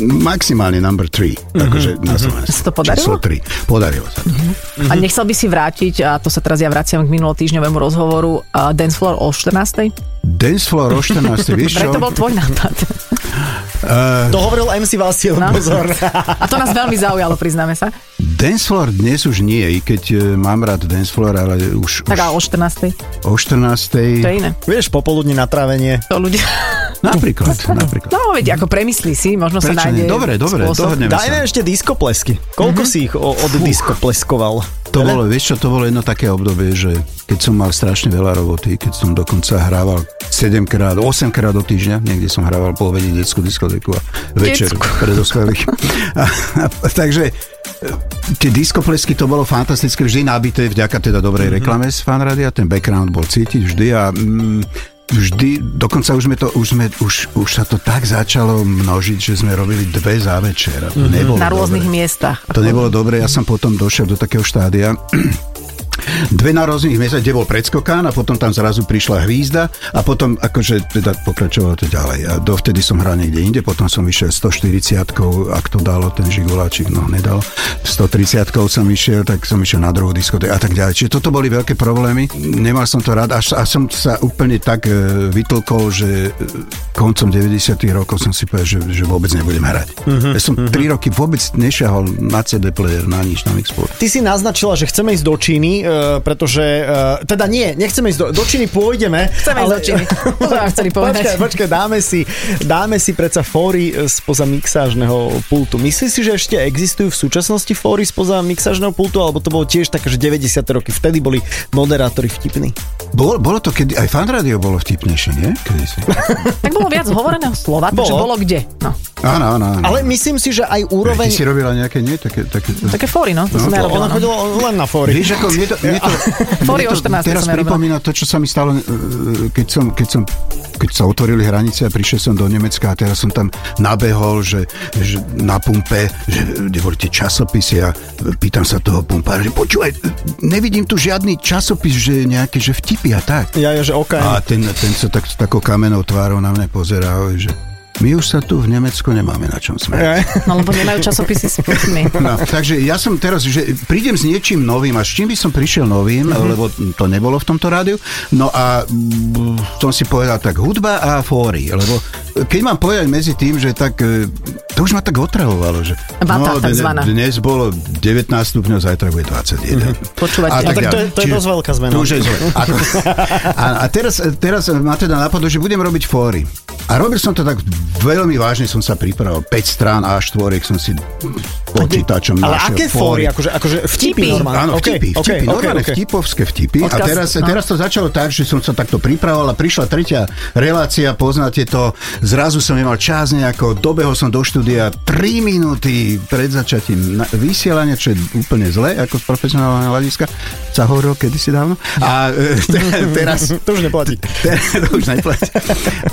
[SPEAKER 4] maximálne number 3, mm-hmm, akože na Slovensku.
[SPEAKER 3] Sa to podarilo? Mhm.
[SPEAKER 4] Číslo 3. Podarilo sa to.
[SPEAKER 3] A nechcel by si vrátiť, a to sa teraz ja vraciam k minulotýždňovému rozhovoru, a Dancefloor o 14.
[SPEAKER 4] Dancefloor o 14, vieš čo?
[SPEAKER 3] Preto bol tvoj nápad.
[SPEAKER 2] To hovoril MC Vasil,
[SPEAKER 3] No.
[SPEAKER 2] pozor.
[SPEAKER 3] A to nás veľmi zaujalo, priznáme sa.
[SPEAKER 4] Dancefloor dnes už nie, i keď e, mám rád Dancefloor, ale už,
[SPEAKER 3] Tak ale
[SPEAKER 4] už
[SPEAKER 3] o 14.
[SPEAKER 4] o 14.
[SPEAKER 3] To je iné.
[SPEAKER 2] Vieš, popoludne na trávenie.
[SPEAKER 3] To ľudia...
[SPEAKER 4] Napríklad, napríklad.
[SPEAKER 3] No, veď ako premyslí si, možno sa
[SPEAKER 4] Prečo
[SPEAKER 3] nájde
[SPEAKER 4] nie? Dobre, dobre,
[SPEAKER 3] spôsob.
[SPEAKER 4] dohodneme sa. Mhm.
[SPEAKER 2] Dajme ešte diskoplesky. Koľko si ich o- od diskopleskoval?
[SPEAKER 4] To bolo, vieš čo, to bolo jedno také obdobie, že keď som mal strašne veľa roboty, keď som dokonca hrával 7 krát, 8 krát do týždňa, niekde som hrával po obede detskú diskotéku a večer
[SPEAKER 3] Detskú.
[SPEAKER 4] pre dospelých. A, a, takže e, tie diskoplesky to bolo fantastické, vždy nabité vďaka teda
[SPEAKER 3] Mhm.
[SPEAKER 4] dobrej reklame z fanradia, ten background bol cítiť vždy a mm, vždy, dokonca už, sme to, už, sme, už, už sa to tak začalo množiť, že sme robili dve za večer.
[SPEAKER 3] Mhm.
[SPEAKER 4] Mm-hmm.
[SPEAKER 3] Na rôznych miestach.
[SPEAKER 4] To nebolo dobre, ja som potom došiel do takého štádia, dve na rôznych miestach, kde bol predskokán a potom tam zrazu prišla hvízda a potom akože teda pokračovalo to ďalej. A dovtedy som hral niekde inde, potom som išiel 140 ak to dalo ten žigoláčik, no nedal. 130 som išiel, tak som išiel na druhú diskotéku a tak ďalej. Čiže toto boli veľké problémy, nemal som to rád až, až som sa úplne tak e, vytlkol, že e, koncom 90 rokov som si povedal, že, že vôbec nebudem hrať. ja som 3 roky vôbec nešahol na CD player, na nič, na Mixport.
[SPEAKER 2] Ty si naznačila, že chceme ísť do Číny, e, pretože... E, teda nie, nechceme ísť do, do Číny, pôjdeme.
[SPEAKER 3] Chceme ísť do Číny. To sme vám chceli povedať.
[SPEAKER 2] Počkaj, počkaj, dáme si, dáme si predsa fóry e, spoza mixážneho pultu. Myslíš si, že ešte existujú v súčasnosti fóry spoza mixážneho pultu, alebo to bolo tiež také, že 90. roky, vtedy boli moderátori vtipní?
[SPEAKER 4] Bol, bolo to kedy, aj fan rádio bolo vtipnejšie, nie? Kedy si.
[SPEAKER 3] Tak bolo viac hovoreného slova, takže
[SPEAKER 2] Bolo.
[SPEAKER 3] bolo kde. No.
[SPEAKER 4] Áno, áno, áno.
[SPEAKER 2] Ale myslím si, že aj úroveň...
[SPEAKER 4] Ty si robila nejaké, nie? Také, také,
[SPEAKER 3] Také fóry, no, to
[SPEAKER 4] No,
[SPEAKER 3] som ja
[SPEAKER 4] to-
[SPEAKER 3] robila.
[SPEAKER 2] Ona
[SPEAKER 3] No.
[SPEAKER 2] chodila len na fóry.
[SPEAKER 4] Vieš, ako mne to, mne to,
[SPEAKER 3] Fóry
[SPEAKER 4] mne
[SPEAKER 3] o
[SPEAKER 4] to
[SPEAKER 3] 14
[SPEAKER 4] teraz
[SPEAKER 3] som ja robila.
[SPEAKER 4] pripomína to, čo sa mi stalo, eh, keď som, keď som keď sa otvorili hranice a prišiel som do Nemecka a teraz som tam nabehol, že, že na pumpe, že kde boli tie časopisy a pýtam sa toho pumpára, že počúvaj, nevidím tu žiadny časopis, že nejaké, že vtipy a tak.
[SPEAKER 2] Ja, ja, že OK.
[SPEAKER 4] A ten, ten sa tak, s takou kamenou tvárou na mňa pozerá, hovorí, že my už sa tu v Nemecku nemáme na čom smeť.
[SPEAKER 3] no, lebo nemajú časopisy s vtipmi.
[SPEAKER 4] No, takže ja som teraz, že prídem s niečím novým a s čím by som prišiel novým,
[SPEAKER 2] Mhm.
[SPEAKER 4] mm-hmm. lebo to nebolo v tomto rádiu, no a mm, som si povedal tak hudba a fóry, lebo keď mám povedať medzi tým, že tak e, to už ma tak otravovalo, že
[SPEAKER 3] Vata
[SPEAKER 4] no, dne-
[SPEAKER 3] takzvaná.
[SPEAKER 4] dnes bolo 19 stupňov, zajtra bude 21. Mm-hmm.
[SPEAKER 3] Počúvať.
[SPEAKER 2] A tak to je- to je
[SPEAKER 4] Čiže-
[SPEAKER 2] dosť veľká zmena.
[SPEAKER 4] To už je zle. Ako, a, a teraz, teraz ma teda napadlo, že budem robiť fóry. A robil som to tak veľmi vážne, som sa pripravil. 5 strán a štvorek som si počítačom
[SPEAKER 2] Ale
[SPEAKER 4] našiel
[SPEAKER 2] aké fóry? Akože, akože vtipy
[SPEAKER 3] Vtipy.
[SPEAKER 2] normálne.
[SPEAKER 4] Áno,
[SPEAKER 2] OK,
[SPEAKER 4] vtipy,
[SPEAKER 2] OK,
[SPEAKER 4] vtipy,
[SPEAKER 2] OK,
[SPEAKER 4] normálne
[SPEAKER 2] OK.
[SPEAKER 4] vtipovské vtipy. A
[SPEAKER 3] Odkaz-
[SPEAKER 4] teraz,
[SPEAKER 3] no.
[SPEAKER 4] teraz to začalo tak, že som sa takto pripravoval a prišla tretia relácia, poznáte to, zrazu som nemal čas nejako, dobehol som do štúdia 3 minúty pred začatím na- vysielania, čo je úplne zle, ako z profesionálneho hľadiska, sa hovorilo kedysi dávno. A e, te- teraz
[SPEAKER 2] Hm, To už neplatí.
[SPEAKER 4] Teraz to už neplatí.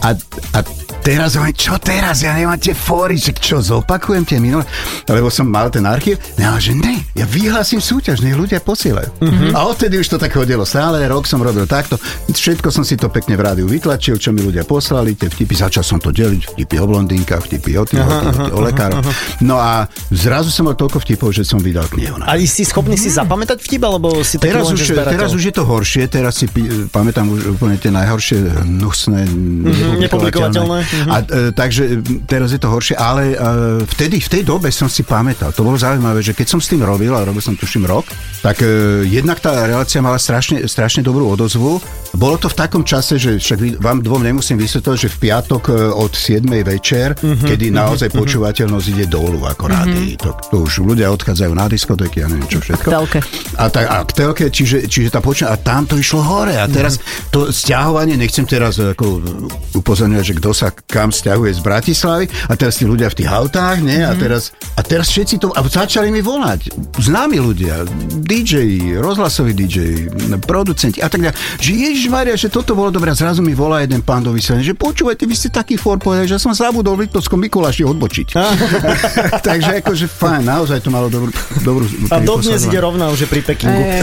[SPEAKER 4] A, a teraz hovorím, čo teraz? Ja nemám tie fóry, že čo, zopakujem tie minulé? Lebo som mal ten archív. No, že ne, ja vyhlásim súťaž, nech ľudia posielajú. Mm-hmm. A odtedy už to tak chodilo stále, rok som robil takto. Všetko som si to pekne v rádiu vytlačil, čo mi ľudia poslali, tie vtipy, začal som to deliť, vtipy o blondinkách, vtipy o tých, o tých, o tých, o lekároch. No a zrazu som mal toľko vtipov, že som vydal knihu. na
[SPEAKER 2] A si schopný si zapamätať vtip, alebo si taký
[SPEAKER 4] Teraz
[SPEAKER 2] len,
[SPEAKER 4] už,
[SPEAKER 2] že zberateľ?
[SPEAKER 4] teraz už je to horšie, teraz si pi- pamätám už úplne tie najhoršie hnusné,
[SPEAKER 2] Mhm, nepublikovateľné. mhm.
[SPEAKER 4] nepublikovateľné. A, e, takže m, teraz je to horšie, ale e, vtedy, v tej dobe som si pamätal. To bolo zaujímavé, že keď som s tým robil, a robil som tuším rok, tak e, jednak tá relácia mala strašne, strašne dobrú odozvu Bolo to v takom čase, že však vy- vám dvom nemusím vysvetľovať, že v piatok e, od 7. večer,
[SPEAKER 2] Mhm,
[SPEAKER 4] kedy naozaj počúvateľnosť ide dolu ako rádi. To, to už ľudia odchádzajú na diskotéky, ja neviem čo všetko.
[SPEAKER 3] telke.
[SPEAKER 4] A, tak, a k telke, čiže, čiže tá počína, a tam to išlo hore. A
[SPEAKER 2] Mhm.
[SPEAKER 4] teraz to stiahovanie, nechcem teraz eh, ako upozorňovať, že kto sa kam stiahuje z Bratislavy, a teraz tí ľudia v tých autách, nie?
[SPEAKER 2] Mhm.
[SPEAKER 4] A teraz, a teraz všetci to, a začali mi volať. Známi ľudia, DJ, rozhlasoví DJ, producenti a tak ďalej. Že Ježišmaria, že toto bolo dobré. A zrazu mi volá jeden pán do vysielania, že počúvajte, vy ste taký for, povedali, že som zabudol v Liptovskom Mikuláši odbočiť. Takže akože fajn, naozaj to malo dobrú... dobrú
[SPEAKER 2] A dodnes
[SPEAKER 4] príposledovanie.
[SPEAKER 2] ide rovná už je pri Pekingu.
[SPEAKER 3] No,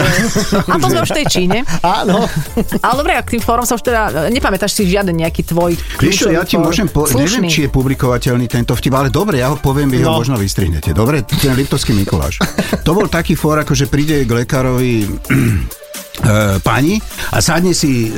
[SPEAKER 3] A to sme už v tej Číne.
[SPEAKER 2] Áno.
[SPEAKER 3] Ale dobre, a k tým fórom sa už teda, nepamätáš si žiaden nejaký tvoj
[SPEAKER 4] Vieš čo,
[SPEAKER 3] kľúčový
[SPEAKER 4] ja ti
[SPEAKER 3] fór?
[SPEAKER 4] môžem po- neviem,
[SPEAKER 3] Slušný.
[SPEAKER 4] či je publikovateľný tento vtip, ale dobre, ja ho poviem, vy
[SPEAKER 2] No.
[SPEAKER 4] ho možno vystrihnete. Dobre, ten Liptovský Mikuláš. To bol taký fór, ako že príde k lekárovi eh, pani a sadne si, eh,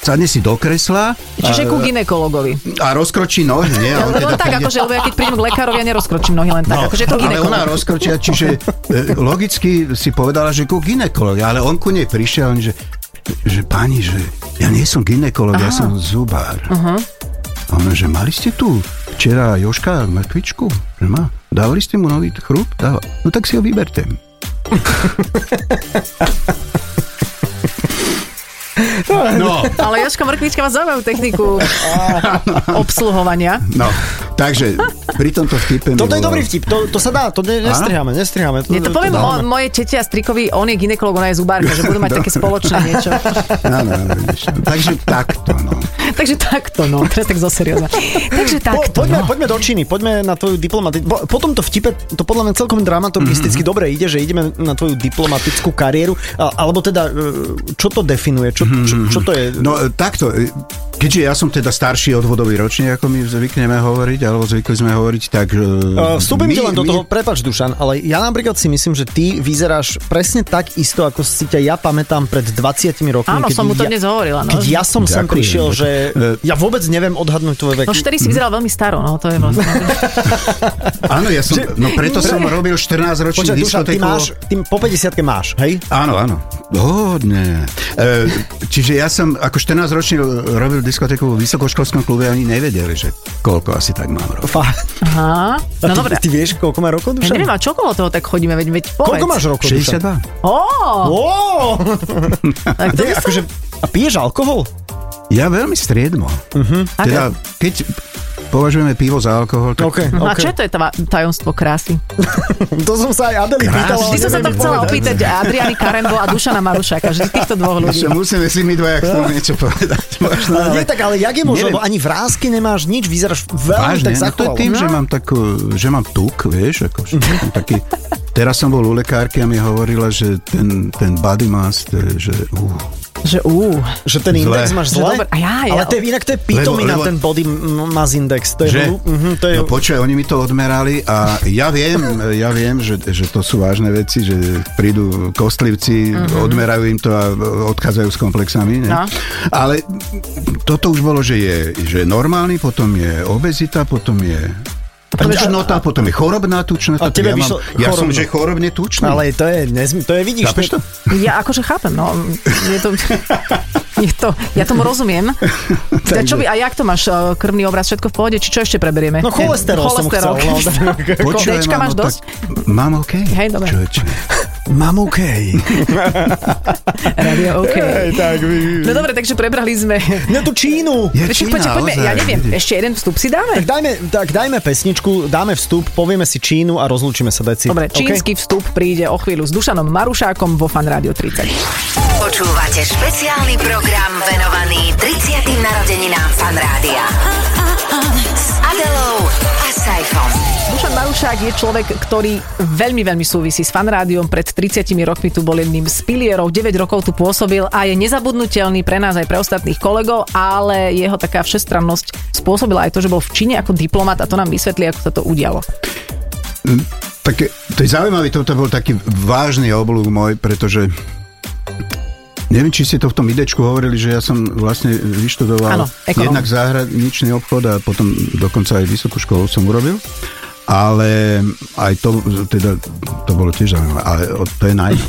[SPEAKER 4] sadne si do kresla
[SPEAKER 3] Čiže ku ginekologovi.
[SPEAKER 4] a rozkročí nohy. Nie? A on
[SPEAKER 3] Lebo
[SPEAKER 4] teda
[SPEAKER 3] tak,
[SPEAKER 4] príde-
[SPEAKER 3] akože, lebo ja keď prídem k lekárovi, ja nerozkročím nohy len tak, no, akože ku
[SPEAKER 4] ale
[SPEAKER 3] ginekologovi.
[SPEAKER 4] ona rozkročia, čiže e, logicky si povedala, že ku ginekologi, ale on ku nej prišiel, on, že, že pani, že ja nie som ginekolog, ja som zubár. Uh-huh. A ona, že mali ste tu včera Joška mrkvičku? Že má. Dávali ste mu nový chrup? Dáva. No tak si ho vyberte. No,
[SPEAKER 3] Ale Joško Mrkvička má zaujímavú techniku obsluhovania.
[SPEAKER 4] no, takže pri tomto vtipe mi
[SPEAKER 2] Toto je
[SPEAKER 4] bolo-
[SPEAKER 2] dobrý vtip, to, to sa dá, to ne, nestriháme, nestriháme.
[SPEAKER 3] Ja to poviem o mojej tete a strikovi, on je ginekolog, ona je zubárka, že budú mať také spoločné niečo.
[SPEAKER 4] Áno, áno, vidíš. takže takto, no.
[SPEAKER 3] Takže takto, no. Teraz tak zoseriózne. Takže
[SPEAKER 2] Po,
[SPEAKER 3] takto,
[SPEAKER 2] poďme,
[SPEAKER 3] no.
[SPEAKER 2] poďme do Číny, poďme na tvoju diplomatickú... Po, po tomto vtipe to podľa mňa celkom
[SPEAKER 4] Mhm,
[SPEAKER 2] dramaturgisticky mm-hmm. dobre ide, že ideme na tvoju diplomatickú kariéru, a, alebo teda, e, čo to definuje, čo,
[SPEAKER 4] Mhm,
[SPEAKER 2] čo, čo to je?
[SPEAKER 4] No e, takto, e, keďže ja som teda starší odvodový ročník, ako my zvykneme hovoriť, alebo zvykli sme hovoriť, tak...
[SPEAKER 2] E,
[SPEAKER 4] e,
[SPEAKER 2] Vstúpim
[SPEAKER 4] my-
[SPEAKER 2] ti len do
[SPEAKER 4] my-
[SPEAKER 2] toho, prepač Dušan, ale ja napríklad si myslím, že ty vyzeráš presne tak isto, ako si ťa ja pamätám pred 20 rokmi.
[SPEAKER 3] Áno,
[SPEAKER 2] keď
[SPEAKER 3] som mu to
[SPEAKER 2] ja,
[SPEAKER 3] dnes hovorila, no.
[SPEAKER 2] Keď ja som sem
[SPEAKER 4] Ďakujem.
[SPEAKER 2] prišiel, že
[SPEAKER 4] E,
[SPEAKER 2] ja vôbec neviem odhadnúť tvoje veky.
[SPEAKER 3] No vtedy si vyzeral veľmi staro, no to je vlastne.
[SPEAKER 4] Áno, ja som, no preto som robil
[SPEAKER 2] Počkaj,
[SPEAKER 4] 14-ročný
[SPEAKER 2] Dušan, ty
[SPEAKER 4] diskotéku.
[SPEAKER 2] máš, ty po 50 máš, hej?
[SPEAKER 4] Áno, áno. Hodne. E, čiže ja som ako 14-ročný robil diskotéku v vysokoškolskom klube a oni nevedeli, že koľko asi tak mám rokov.
[SPEAKER 2] Fá.
[SPEAKER 3] Aha.
[SPEAKER 2] A
[SPEAKER 3] No
[SPEAKER 2] ty,
[SPEAKER 3] dobre.
[SPEAKER 2] ty vieš, koľko má rokov,
[SPEAKER 3] Ja
[SPEAKER 2] Dušan?
[SPEAKER 3] neviem, a čo okolo toho tak chodíme, veď, veď povedz.
[SPEAKER 2] koľko máš rokov, Dušan?
[SPEAKER 4] 62?
[SPEAKER 3] Ó,
[SPEAKER 2] Ó,
[SPEAKER 3] tak to
[SPEAKER 2] to je
[SPEAKER 3] by som...
[SPEAKER 2] akože, a piješ alkohol?
[SPEAKER 4] Ja veľmi striedmo.
[SPEAKER 2] Mhm.
[SPEAKER 4] Uh-huh. Teda, keď považujeme pivo za alkohol, tak
[SPEAKER 2] OK,
[SPEAKER 3] A
[SPEAKER 2] OK.
[SPEAKER 3] čo je to je tva- tajomstvo krásy?
[SPEAKER 2] To som sa aj Adeli pýtal.
[SPEAKER 3] Vždy som sa to chcela opýtať Adriany Karembo a Dušana Marušaka, že týchto dvoch ľudí.
[SPEAKER 4] Ešte musíme si my dvaja k tomu niečo povedať. Možno,
[SPEAKER 2] Ale... Nie, tak ale jak je možné,
[SPEAKER 4] Neviem.
[SPEAKER 2] lebo ani vrázky nemáš, nič, vyzeráš veľmi
[SPEAKER 4] Vážne,
[SPEAKER 2] tak
[SPEAKER 4] no to je
[SPEAKER 2] zachoval. Mhm.
[SPEAKER 4] tým, že mám, takú, že mám tuk, vieš, ako, že som taký... Teraz som bol u lekárky a mi hovorila, že ten, ten body mass, to je, že... Uh,
[SPEAKER 3] Že ú.
[SPEAKER 2] Že ten
[SPEAKER 4] Zle.
[SPEAKER 2] index máš
[SPEAKER 3] Že
[SPEAKER 2] zle?
[SPEAKER 3] dobre, a ja, ja-
[SPEAKER 2] Ale to je, inak to je pitomina,
[SPEAKER 4] lebo-
[SPEAKER 2] ten body m- mass index. To je,
[SPEAKER 4] že?
[SPEAKER 2] Mhm, to je
[SPEAKER 4] No počuj, oni mi to odmerali a ja viem, ja viem, že, že to sú vážne veci, že prídu kostlivci,
[SPEAKER 2] Mhm.
[SPEAKER 4] odmerajú im to a odchádzajú s komplexami. Ne?
[SPEAKER 3] No.
[SPEAKER 4] Ale toto už bolo, že je že je normálny, potom je obezita, potom je tučnota, potom je chorobná tučnota.
[SPEAKER 2] A
[SPEAKER 4] tak
[SPEAKER 2] tebe
[SPEAKER 4] ja,
[SPEAKER 2] vyšlo
[SPEAKER 4] mám, ja som,
[SPEAKER 2] chorobné.
[SPEAKER 4] že chorobne tučný.
[SPEAKER 2] ale to je, nezmi, to je vidíš.
[SPEAKER 4] Chápeš to?
[SPEAKER 3] Ja akože chápem, no. Je to, je to, ja tomu rozumiem. Teda čo by, a jak to máš, e, krvný obraz, všetko v pohode, či čo ešte preberieme?
[SPEAKER 2] No cholesterol,
[SPEAKER 3] Cholesterol.
[SPEAKER 2] som chcel. No,
[SPEAKER 3] Dečka máš
[SPEAKER 4] no
[SPEAKER 3] dosť?
[SPEAKER 4] Tak, mám OK.
[SPEAKER 3] Hej, dobre.
[SPEAKER 4] Čo, čo?
[SPEAKER 2] Mám OK.
[SPEAKER 3] Radio, OK.
[SPEAKER 2] tak, vy...
[SPEAKER 3] No dobre, takže prebrali sme.
[SPEAKER 2] Na tú No Čínu.
[SPEAKER 4] Je
[SPEAKER 3] Počkaj,
[SPEAKER 4] Čína,
[SPEAKER 3] počkaj, poďme,
[SPEAKER 4] ozaj,
[SPEAKER 3] ja neviem,
[SPEAKER 4] vidíš.
[SPEAKER 3] ešte jeden vstup si dáme?
[SPEAKER 2] Tak dajme, tak dajme pesničku, dáme vstup, povieme si Čínu a rozlúčime sa deci.
[SPEAKER 3] Dobre,
[SPEAKER 2] OK?
[SPEAKER 3] čínsky vstup príde o chvíľu s Dušanom Marušákom vo Fan Rádio 30.
[SPEAKER 7] Počúvate špeciálny program venovaný 30. narodeninám Fanrádia. S Adelou a Saifom.
[SPEAKER 3] Dušan Marušák je človek, ktorý veľmi, veľmi súvisí s fanrádiom. Pred 30 rokmi tu bol jedným z pilierov, 9 rokov tu pôsobil a je nezabudnutelný pre nás aj pre ostatných kolegov, ale jeho taká všestrannosť spôsobila aj to, že bol v Číne ako diplomat a to nám vysvetlí, ako sa to udialo.
[SPEAKER 4] Tak eh, to je zaujímavé, toto bol taký vážny oblúk môj, pretože Neviem, či ste to v tom idečku hovorili, že ja som vlastne vyštudoval
[SPEAKER 3] Áno, ekonóm.
[SPEAKER 4] jednak zahraničný obchod a potom dokonca aj vysokú školu som urobil. ale aj to, teda, to bolo tiež zaujímavé, ale o- to je na inú.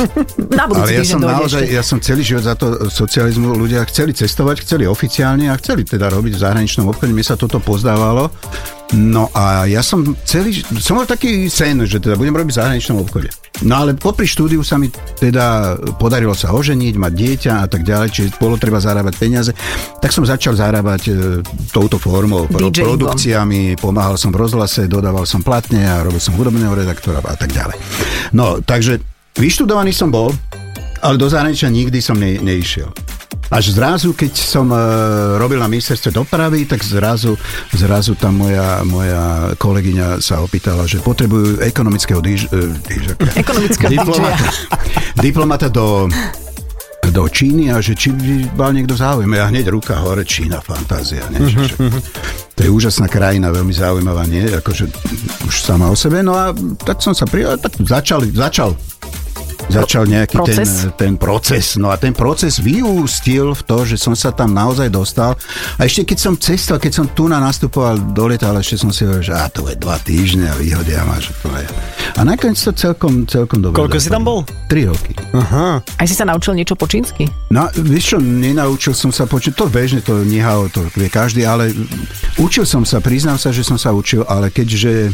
[SPEAKER 3] Na budúci
[SPEAKER 4] Ale ja
[SPEAKER 3] týždeň
[SPEAKER 4] som
[SPEAKER 3] dojde
[SPEAKER 4] naozaj,
[SPEAKER 3] ešte.
[SPEAKER 4] ja som celý život za to e, socializmu ľudia chceli cestovať, chceli oficiálne a chceli teda robiť v zahraničnom obchode. Mne sa toto pozdávalo. No a ja som celý, ž- som mal taký sen, že teda budem robiť v zahraničnom obchode. No ale popri štúdiu sa mi teda podarilo sa oženiť, mať dieťa a tak ďalej, čiže bolo treba zarábať peniaze. Tak som začal zarábať e, touto formou, pro,
[SPEAKER 3] DJingom.
[SPEAKER 4] produkciami, pomáhal som v rozhlase, dodával som platne a robil som hudobného redaktora a tak ďalej. No, takže vyštudovaný som bol, ale do zahraničia nikdy som ne, neišiel. Až zrazu, keď som e, robil na ministerstve dopravy, tak zrazu, zrazu tá moja, moja kolegyňa sa opýtala, že potrebujú ekonomického dýž, e, dýžaka.
[SPEAKER 3] Ekonomického
[SPEAKER 4] diplomata, diplomata do, do Číny a že či by mal niekto záujem. Ja hneď ruka hore, Čína, fantázia. Nie? Že, že, to je úžasná krajina, veľmi zaujímavá, nie? Akože už sama o sebe. No a tak som sa prijal, tak začal, začal začal nejaký
[SPEAKER 3] Proces?
[SPEAKER 4] Ten, ten proces. No a ten proces vyústil v to, že som sa tam naozaj dostal. A ešte keď som cestoval, keď som tu na nastupoval do leta, ale ešte som si hovoril, že a to je dva týždne a vyhodia ma, že to je. A nakoniec to celkom, celkom dobre.
[SPEAKER 2] Koľko si tam bol?
[SPEAKER 4] dopadlo. Tri roky.
[SPEAKER 2] Aha.
[SPEAKER 3] Aj si sa naučil niečo po čínsky?
[SPEAKER 4] No, vieš čo, nenaučil som sa počuť, to bežne, to nehalo, to vie každý, ale učil som sa, priznám sa, že som sa učil, ale keďže...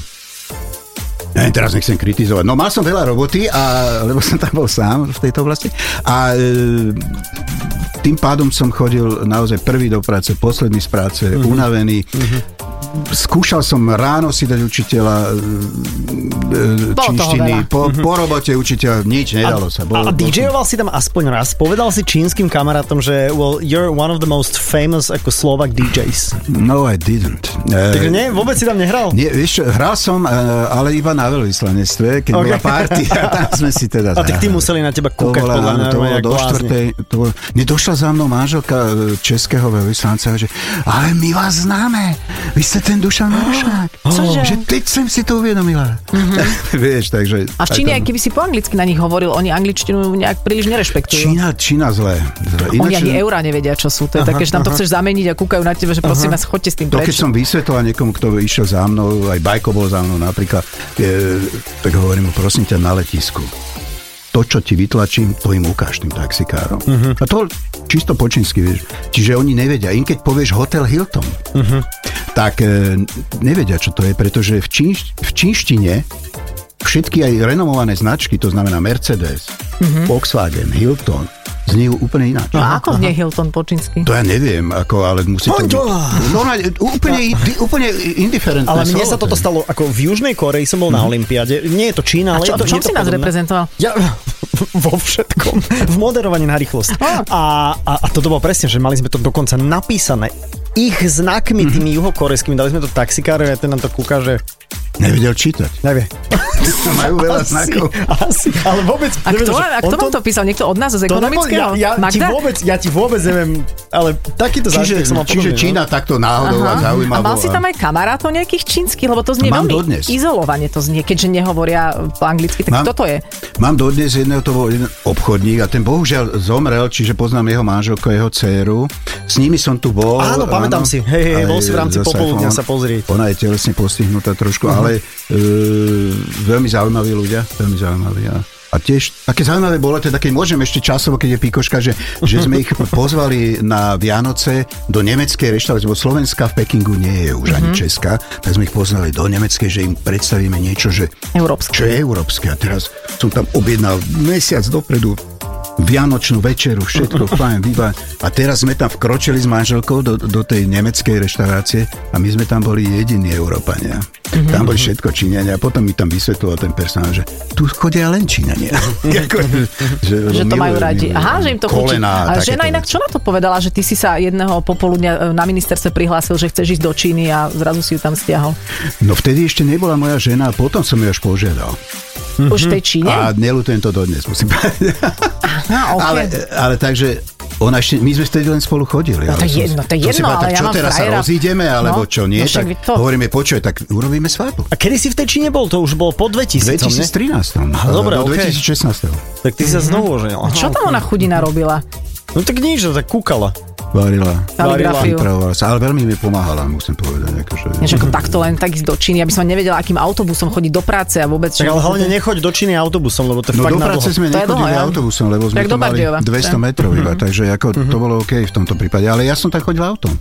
[SPEAKER 4] Ja neviem, teraz nechcem kritizovať. No mal som veľa roboty, a, lebo som tam bol sám v tejto oblasti. A e, tým pádom som chodil naozaj prvý do práce, posledný z práce, unavený. Skúšal som ráno si dať učiteľa e,
[SPEAKER 3] Bolo toho veľa.
[SPEAKER 4] čínštiny, po, po robote učiteľ, nič, nedalo sa.
[SPEAKER 2] A, a DJoval si tam aspoň raz? Povedal si čínskym kamarátom, že well, you're one of the most famous ako Slovak DJs.
[SPEAKER 4] No, I didn't. E,
[SPEAKER 2] Takže nie, vôbec si tam nehral?
[SPEAKER 4] Nie, vieš, čo, hral som, e, ale iba na veľvyslanectve, keď
[SPEAKER 2] Ok.
[SPEAKER 4] okay. bola party a tam sme si teda
[SPEAKER 2] A tak tí
[SPEAKER 4] zahrali.
[SPEAKER 2] museli na teba
[SPEAKER 4] To
[SPEAKER 2] kúkať,
[SPEAKER 4] bola,
[SPEAKER 2] podľa
[SPEAKER 4] áno,
[SPEAKER 2] mňa. no,
[SPEAKER 4] to bolo
[SPEAKER 2] jak
[SPEAKER 4] do
[SPEAKER 2] blázni.
[SPEAKER 4] štvrtej. To bolo, nedošla za mnou manželka e, českého veľvyslanca, že ale my vás známe, vy ste ten Dušan Marušák.
[SPEAKER 3] Cože?
[SPEAKER 4] Že teď som si to uvedomila.
[SPEAKER 2] Mhm.
[SPEAKER 4] vieš, takže...
[SPEAKER 3] A v
[SPEAKER 4] aj
[SPEAKER 3] Číne,
[SPEAKER 4] tam-
[SPEAKER 3] aj keby si po anglicky na nich hovoril, oni angličtinu nejak príliš nerešpektujú.
[SPEAKER 4] Čína, Čína zlé. zlé.
[SPEAKER 3] Oni ani
[SPEAKER 4] eh,
[SPEAKER 3] eurá nevedia, čo sú. To je také, že tam to chceš zameniť a kúkajú na teba, že prosím vás, chodte s tým
[SPEAKER 4] To No keď
[SPEAKER 3] preč.
[SPEAKER 4] som vysvetoval niekomu, kto išiel za mnou, aj Bajko bol za mnou napríklad, e, tak hovorím mu, prosím ťa, na letisku. To, čo ti vytlačím, to im ukáž tým taxikárom. A to čisto počínsky, vieš. Čiže oni nevedia. Im keď povieš Hotel Hilton, tak e, nevedia, čo to je, pretože v, čínš- v čínštine všetky aj renomované značky, to znamená Mercedes, Volkswagen, Hilton, znejú úplne ináč.
[SPEAKER 3] No a ako znie Hilton po čínsky?
[SPEAKER 4] To ja neviem, ako, ale musí to byť.
[SPEAKER 2] Honďová!
[SPEAKER 4] No, no, úplne, indi- úplne indiferentné
[SPEAKER 2] Ale mne
[SPEAKER 4] slovo,
[SPEAKER 2] sa toto
[SPEAKER 4] je.
[SPEAKER 2] stalo, ako v Južnej Koreji som bol na
[SPEAKER 4] Mhm.
[SPEAKER 2] Olympiade. Nie je to Čína,
[SPEAKER 3] A
[SPEAKER 2] ale je
[SPEAKER 3] čo,
[SPEAKER 2] to,
[SPEAKER 3] v čom
[SPEAKER 2] je to
[SPEAKER 3] si nás
[SPEAKER 2] podobné.
[SPEAKER 3] reprezentoval?
[SPEAKER 2] Ja vo všetkom. V moderovaní na rýchlosť.
[SPEAKER 3] Á.
[SPEAKER 2] A, a, a toto bolo presne, že mali sme to dokonca napísané ich znakmi,
[SPEAKER 4] Mhm.
[SPEAKER 2] tými juhokorejskými. Dali sme to taxikárovi a ten nám to kúka, že
[SPEAKER 4] Nevedel čítať.
[SPEAKER 2] nevie.
[SPEAKER 4] Majú veľa
[SPEAKER 2] Asi,
[SPEAKER 4] znakov.
[SPEAKER 2] asi, ale vôbec...
[SPEAKER 3] A kto,
[SPEAKER 2] že
[SPEAKER 3] a
[SPEAKER 2] on
[SPEAKER 3] kto vám to písal? Niekto od nás
[SPEAKER 2] to
[SPEAKER 3] z
[SPEAKER 2] nebol, ja,
[SPEAKER 3] ekonomického?
[SPEAKER 2] ja, ti
[SPEAKER 3] Magda?
[SPEAKER 2] vôbec, ja ti vôbec neviem, ale takýto
[SPEAKER 4] Čiže,
[SPEAKER 2] zážitek som mal
[SPEAKER 4] čiže
[SPEAKER 2] podobný, no.
[SPEAKER 4] Čína takto náhodou a
[SPEAKER 3] A
[SPEAKER 4] zaujímavo.
[SPEAKER 3] mal si tam aj kamarátov nejakých čínskych, lebo to znie
[SPEAKER 4] Mám
[SPEAKER 3] veľmi
[SPEAKER 4] dodnes.
[SPEAKER 3] izolovane to znie, keďže nehovoria po anglicky. Tak
[SPEAKER 4] Mám-
[SPEAKER 3] kto to je?
[SPEAKER 4] Mám dodnes jedného, to bol jeden obchodník a ten bohužiaľ zomrel, čiže poznám jeho manželku, a jeho dceru. S nimi som tu bol.
[SPEAKER 2] Áno, pamätám si. Hej, hej,
[SPEAKER 4] Ale
[SPEAKER 2] bol si v rámci
[SPEAKER 4] zase
[SPEAKER 2] popoludňa
[SPEAKER 4] on-
[SPEAKER 2] sa pozrieť. Mhm.
[SPEAKER 4] Ona je telesne postihnutá trošku, uh-huh. ale e, veľmi zaujímaví ľudia, veľmi zaujímaví. A, a tiež také zaujímavé bolo, teda keď môžem ešte časovo, keď je píkoška, že, že sme ich pozvali na Vianoce do nemeckej reštaurácie, lebo Slovenska v Pekingu nie je už
[SPEAKER 2] Mhm.
[SPEAKER 4] ani Česká, tak sme ich pozvali do nemeckej, že im predstavíme niečo, že
[SPEAKER 3] Európsky.
[SPEAKER 4] čo je európske. A teraz som tam objednal mesiac dopredu Vianočnú večeru, všetko fajn, výba. A teraz sme tam vkročili s manželkou do, do tej nemeckej reštaurácie a my sme tam boli jediní Európania.
[SPEAKER 3] Mhm.
[SPEAKER 4] Tam boli všetko Číňania a potom mi tam vysvetloval ten personál, že tu chodia len Číňania. Ako, že,
[SPEAKER 3] Mhm. Že to
[SPEAKER 4] milujú,
[SPEAKER 3] majú radi.
[SPEAKER 4] milujú.
[SPEAKER 3] Aha, že im to chutí.
[SPEAKER 4] Kolená,
[SPEAKER 3] A
[SPEAKER 4] takéto
[SPEAKER 3] žena inak
[SPEAKER 4] veci.
[SPEAKER 3] čo na to povedala, že ty si sa jedného popoludňa e, na ministerstve prihlásil, že chceš ísť do Číny a zrazu si ju tam stiahol.
[SPEAKER 4] No vtedy ešte nebola moja žena a potom som ju až požiadal.
[SPEAKER 3] Už v tej Číne?
[SPEAKER 4] A nelutujem to dodnes, musím povedať.
[SPEAKER 3] Aha, ok.
[SPEAKER 4] Ale, ale takže ona ešte, my sme vtedy len spolu chodili.
[SPEAKER 3] No to
[SPEAKER 4] ale
[SPEAKER 3] je
[SPEAKER 4] som-
[SPEAKER 3] jedno, to je
[SPEAKER 4] som si
[SPEAKER 3] jedno,
[SPEAKER 4] povedal,
[SPEAKER 3] ale
[SPEAKER 4] tak
[SPEAKER 3] ja
[SPEAKER 4] čo
[SPEAKER 3] mám
[SPEAKER 4] teraz
[SPEAKER 3] frajera.
[SPEAKER 4] sa rozídeme, alebo
[SPEAKER 3] No,
[SPEAKER 4] čo
[SPEAKER 3] no
[SPEAKER 4] nie,
[SPEAKER 3] však
[SPEAKER 4] tak
[SPEAKER 3] vy to-
[SPEAKER 4] hovoríme, počuj, tak urobíme svadbu.
[SPEAKER 2] A kedy si v tej Číne bol? To už bolo po 2000,
[SPEAKER 4] V
[SPEAKER 2] nie?
[SPEAKER 4] 2013.
[SPEAKER 2] Aha, dobre,
[SPEAKER 4] do
[SPEAKER 2] okej.
[SPEAKER 4] 2016. Mhm.
[SPEAKER 2] Tak ty sa znovu oženil.
[SPEAKER 3] Čo tam ona chudina robila?
[SPEAKER 2] No tak nič, no tak kúkala.
[SPEAKER 4] varila.
[SPEAKER 3] Kaligrafiu.
[SPEAKER 4] Pripravovala sa, ale veľmi mi pomáhala, musím povedať. Akože.
[SPEAKER 3] Než ako takto len tak ísť do Číny, aby som nevedela, akým autobusom chodí do práce a vôbec...
[SPEAKER 2] Tak ale hlavne nechoď do Číny autobusom, lebo to je
[SPEAKER 4] No
[SPEAKER 2] fakt
[SPEAKER 4] do
[SPEAKER 2] na
[SPEAKER 4] práce
[SPEAKER 2] dlho.
[SPEAKER 4] sme
[SPEAKER 3] To je
[SPEAKER 4] nechodili
[SPEAKER 3] dlho, ja.
[SPEAKER 4] autobusom, lebo sme
[SPEAKER 3] Tak
[SPEAKER 4] to
[SPEAKER 3] do
[SPEAKER 4] mali
[SPEAKER 3] Bardejova.
[SPEAKER 4] 200
[SPEAKER 3] Tak. Mhm.
[SPEAKER 4] metrov iba, takže ako
[SPEAKER 2] Mhm.
[SPEAKER 4] to bolo OK v tomto prípade. Ale ja som tak chodil autom.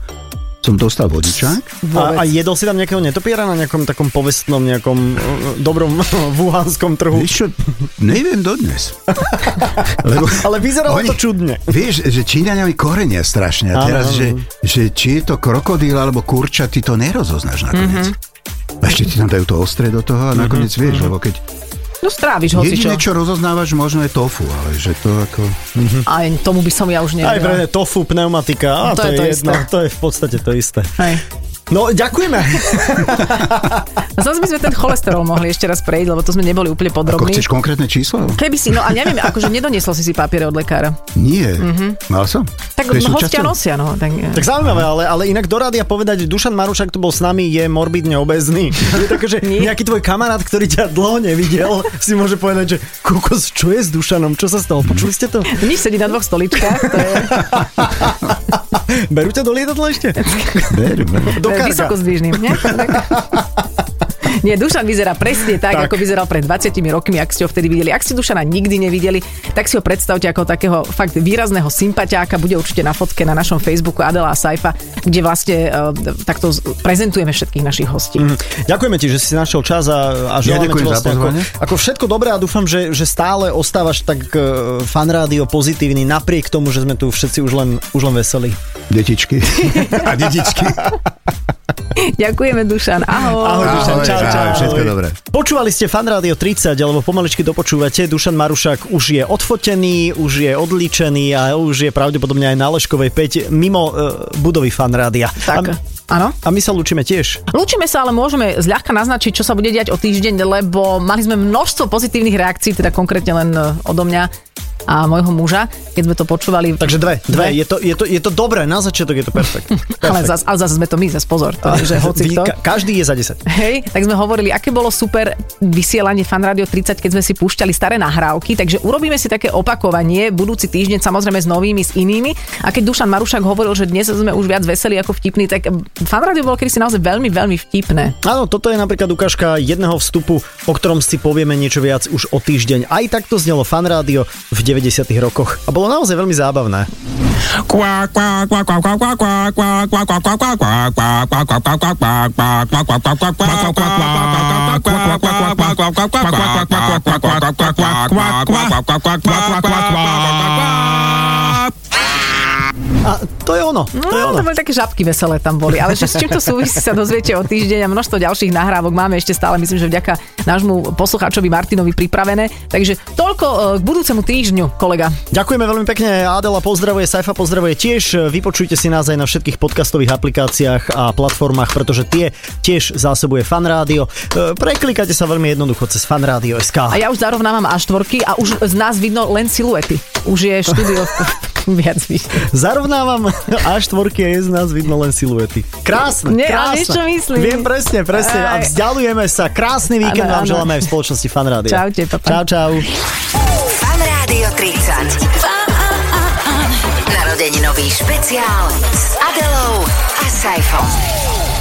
[SPEAKER 4] Som dostal vodičák.
[SPEAKER 2] A, a jedol si tam nejakého netopiera na nejakom takom povestnom, nejakom eh, dobrom vuhanskom trhu?
[SPEAKER 4] Vieš čo, neviem dodnes. Lebo
[SPEAKER 2] Ale vyzeralo
[SPEAKER 4] Oni-
[SPEAKER 2] to čudne.
[SPEAKER 4] Vieš, že Číňania majú korenia strašne. A
[SPEAKER 2] Áno,
[SPEAKER 4] teraz,
[SPEAKER 2] áno.
[SPEAKER 4] že, že či je to krokodíl alebo kurča, ty to nerozoznáš nakoniec. Mm-hmm. A ešte ti tam dajú to ostre do toho a nakoniec mm-hmm. vieš, lebo keď
[SPEAKER 3] No stráviš hocičo.
[SPEAKER 4] jediné, čo rozoznávaš, možno je tofu, ale že to ako...
[SPEAKER 3] A tomu by som ja už
[SPEAKER 2] Aj
[SPEAKER 3] nevedela.
[SPEAKER 2] pre tofu, pneumatika, a to, to je, to, jedno,
[SPEAKER 3] isté.
[SPEAKER 2] to je v podstate to isté.
[SPEAKER 3] Hej.
[SPEAKER 2] No, ďakujeme.
[SPEAKER 3] A Zase by sme ten cholesterol mohli ešte raz prejsť, lebo to sme neboli úplne
[SPEAKER 4] Ako
[SPEAKER 3] podrobní.
[SPEAKER 4] chceš konkrétne číslo?
[SPEAKER 3] Keby si, no a neviem, akože nedoniesol si si papiere od lekára.
[SPEAKER 4] Nie. Mm-hmm. Mal som?
[SPEAKER 3] Tak
[SPEAKER 4] To je
[SPEAKER 3] hostia
[SPEAKER 4] súčasťou?
[SPEAKER 3] nosia, no. Tak,
[SPEAKER 2] Tak zaujímavé, ale, ale inak do rádia povedať, že Dušan Marušak tu bol s nami, je morbidne obezný. Je také, že
[SPEAKER 3] Nie.
[SPEAKER 2] nejaký tvoj kamarát, ktorý ťa dlho nevidel, si môže povedať, že kokos, čo je s Dušanom, čo sa stalo, počuli ste to?
[SPEAKER 3] Nič sedí na dvoch stoličkách, to je
[SPEAKER 2] Berú ťa do lietadla ešte?
[SPEAKER 4] Berú, berú.
[SPEAKER 3] E,
[SPEAKER 2] Do karga.
[SPEAKER 3] vysokozdvižným, nie? Tak. Nie, Dušan vyzerá presne tak,
[SPEAKER 2] Tak.
[SPEAKER 3] tak, ako vyzeral pred 20 rokmi, ak ste ho vtedy videli. Ak ste Dušana nikdy nevideli, tak si ho predstavte ako takého fakt výrazného sympatiáka. Bude určite na fotke na našom Facebooku Adela a Saifa, kde vlastne uh, takto z- prezentujeme všetkých našich hostí.
[SPEAKER 2] Hm.
[SPEAKER 3] Mm.
[SPEAKER 2] Mhm. Ďakujeme ti, že si našiel čas a, a
[SPEAKER 4] Ja
[SPEAKER 2] želáme ti
[SPEAKER 4] ďakujem za
[SPEAKER 2] vlastne ako,
[SPEAKER 4] pozvanie.
[SPEAKER 2] ako všetko dobré a dúfam, že, že stále ostávaš tak uh, fanrádio pozitívny napriek tomu, že sme tu všetci už len, už len veselí.
[SPEAKER 4] Detičky. a dedičky.
[SPEAKER 3] Ďakujeme, Dušan. Ahoj.
[SPEAKER 2] Ahoj,
[SPEAKER 4] Ahoj,
[SPEAKER 2] Dušan, čau,
[SPEAKER 4] ahoj,
[SPEAKER 2] čau.
[SPEAKER 4] všetko
[SPEAKER 2] Ahoj.
[SPEAKER 4] dobré.
[SPEAKER 2] Počúvali ste Fan Rádio 30, alebo pomaličky dopočúvate. Dušan Marušák už je odfotený, už je odličený a už je pravdepodobne aj na Leškovej 5 mimo uh, budovy Fan Rádia.
[SPEAKER 3] Tak.
[SPEAKER 2] A,
[SPEAKER 3] Áno.
[SPEAKER 2] a my sa lúčime tiež.
[SPEAKER 3] Lúčime sa, ale môžeme zľahka naznačiť, čo sa bude diať o týždeň, lebo mali sme množstvo pozitívnych reakcií, teda konkrétne len e, odo mňa a môjho muža, keď sme to počúvali.
[SPEAKER 2] Takže dve. Dve.
[SPEAKER 3] Dve.
[SPEAKER 2] Je, to, je, to, je to dobré, na začiatok je to perfekt.
[SPEAKER 3] Ale
[SPEAKER 2] Perfekt.
[SPEAKER 3] zase, ale zase sme to my, zase pozor. To, je, že hoci
[SPEAKER 2] Vy-
[SPEAKER 3] kto.
[SPEAKER 2] ka- Každý je za 10.
[SPEAKER 3] Hej, tak sme hovorili, aké bolo super vysielanie Fan Radio 30, keď sme si púšťali staré nahrávky, takže urobíme si také opakovanie budúci týždeň, samozrejme s novými, s inými. A keď Dušan Marušak hovoril, že dnes sme už viac veselí ako vtipní, tak Fan Radio bolo kedysi naozaj veľmi, veľmi vtipné.
[SPEAKER 2] Áno, toto je napríklad ukážka jedného vstupu, o ktorom si povieme niečo viac už o týždeň. Aj takto znelo fan rádio v 90. rokoch a bolo naozaj veľmi zábavné. A to je ono, to je
[SPEAKER 3] No,
[SPEAKER 2] ono.
[SPEAKER 3] to boli také žabky veselé tam boli, ale že s čím to súvisí sa dozviete o týždeň a množstvo ďalších nahrávok máme ešte stále, myslím, že vďaka nášmu poslucháčovi Martinovi pripravené. Takže toľko e, k budúcemu týždňu, kolega.
[SPEAKER 2] Ďakujeme veľmi pekne, Adela pozdravuje, Saifa pozdravuje tiež. Vypočujte si nás aj na všetkých podcastových aplikáciách a platformách, pretože tie tiež zásobuje fan rádio. E, Preklikajte sa veľmi jednoducho cez fanradio.sk.
[SPEAKER 3] A ja už zarovnávam až štvorky a už z nás vidno len siluety. Už je štúdio viac vidieť.
[SPEAKER 2] Zarovnávam až tvorky a je z nás vidno len siluety. Krásne,
[SPEAKER 3] Nie,
[SPEAKER 2] krásne.
[SPEAKER 3] ale vieš, čo myslím?
[SPEAKER 2] Viem presne, presne. A
[SPEAKER 3] Aj.
[SPEAKER 2] vzdialujeme sa. Krásny víkend
[SPEAKER 3] Áno,
[SPEAKER 2] vám
[SPEAKER 3] áno.
[SPEAKER 2] želáme aj v spoločnosti Fan Rádia.
[SPEAKER 3] Čaute, pa, pa.
[SPEAKER 2] Čau, čau.
[SPEAKER 7] Fan Rádio 30. Narodeninový špeciál s Adelou a Saifom.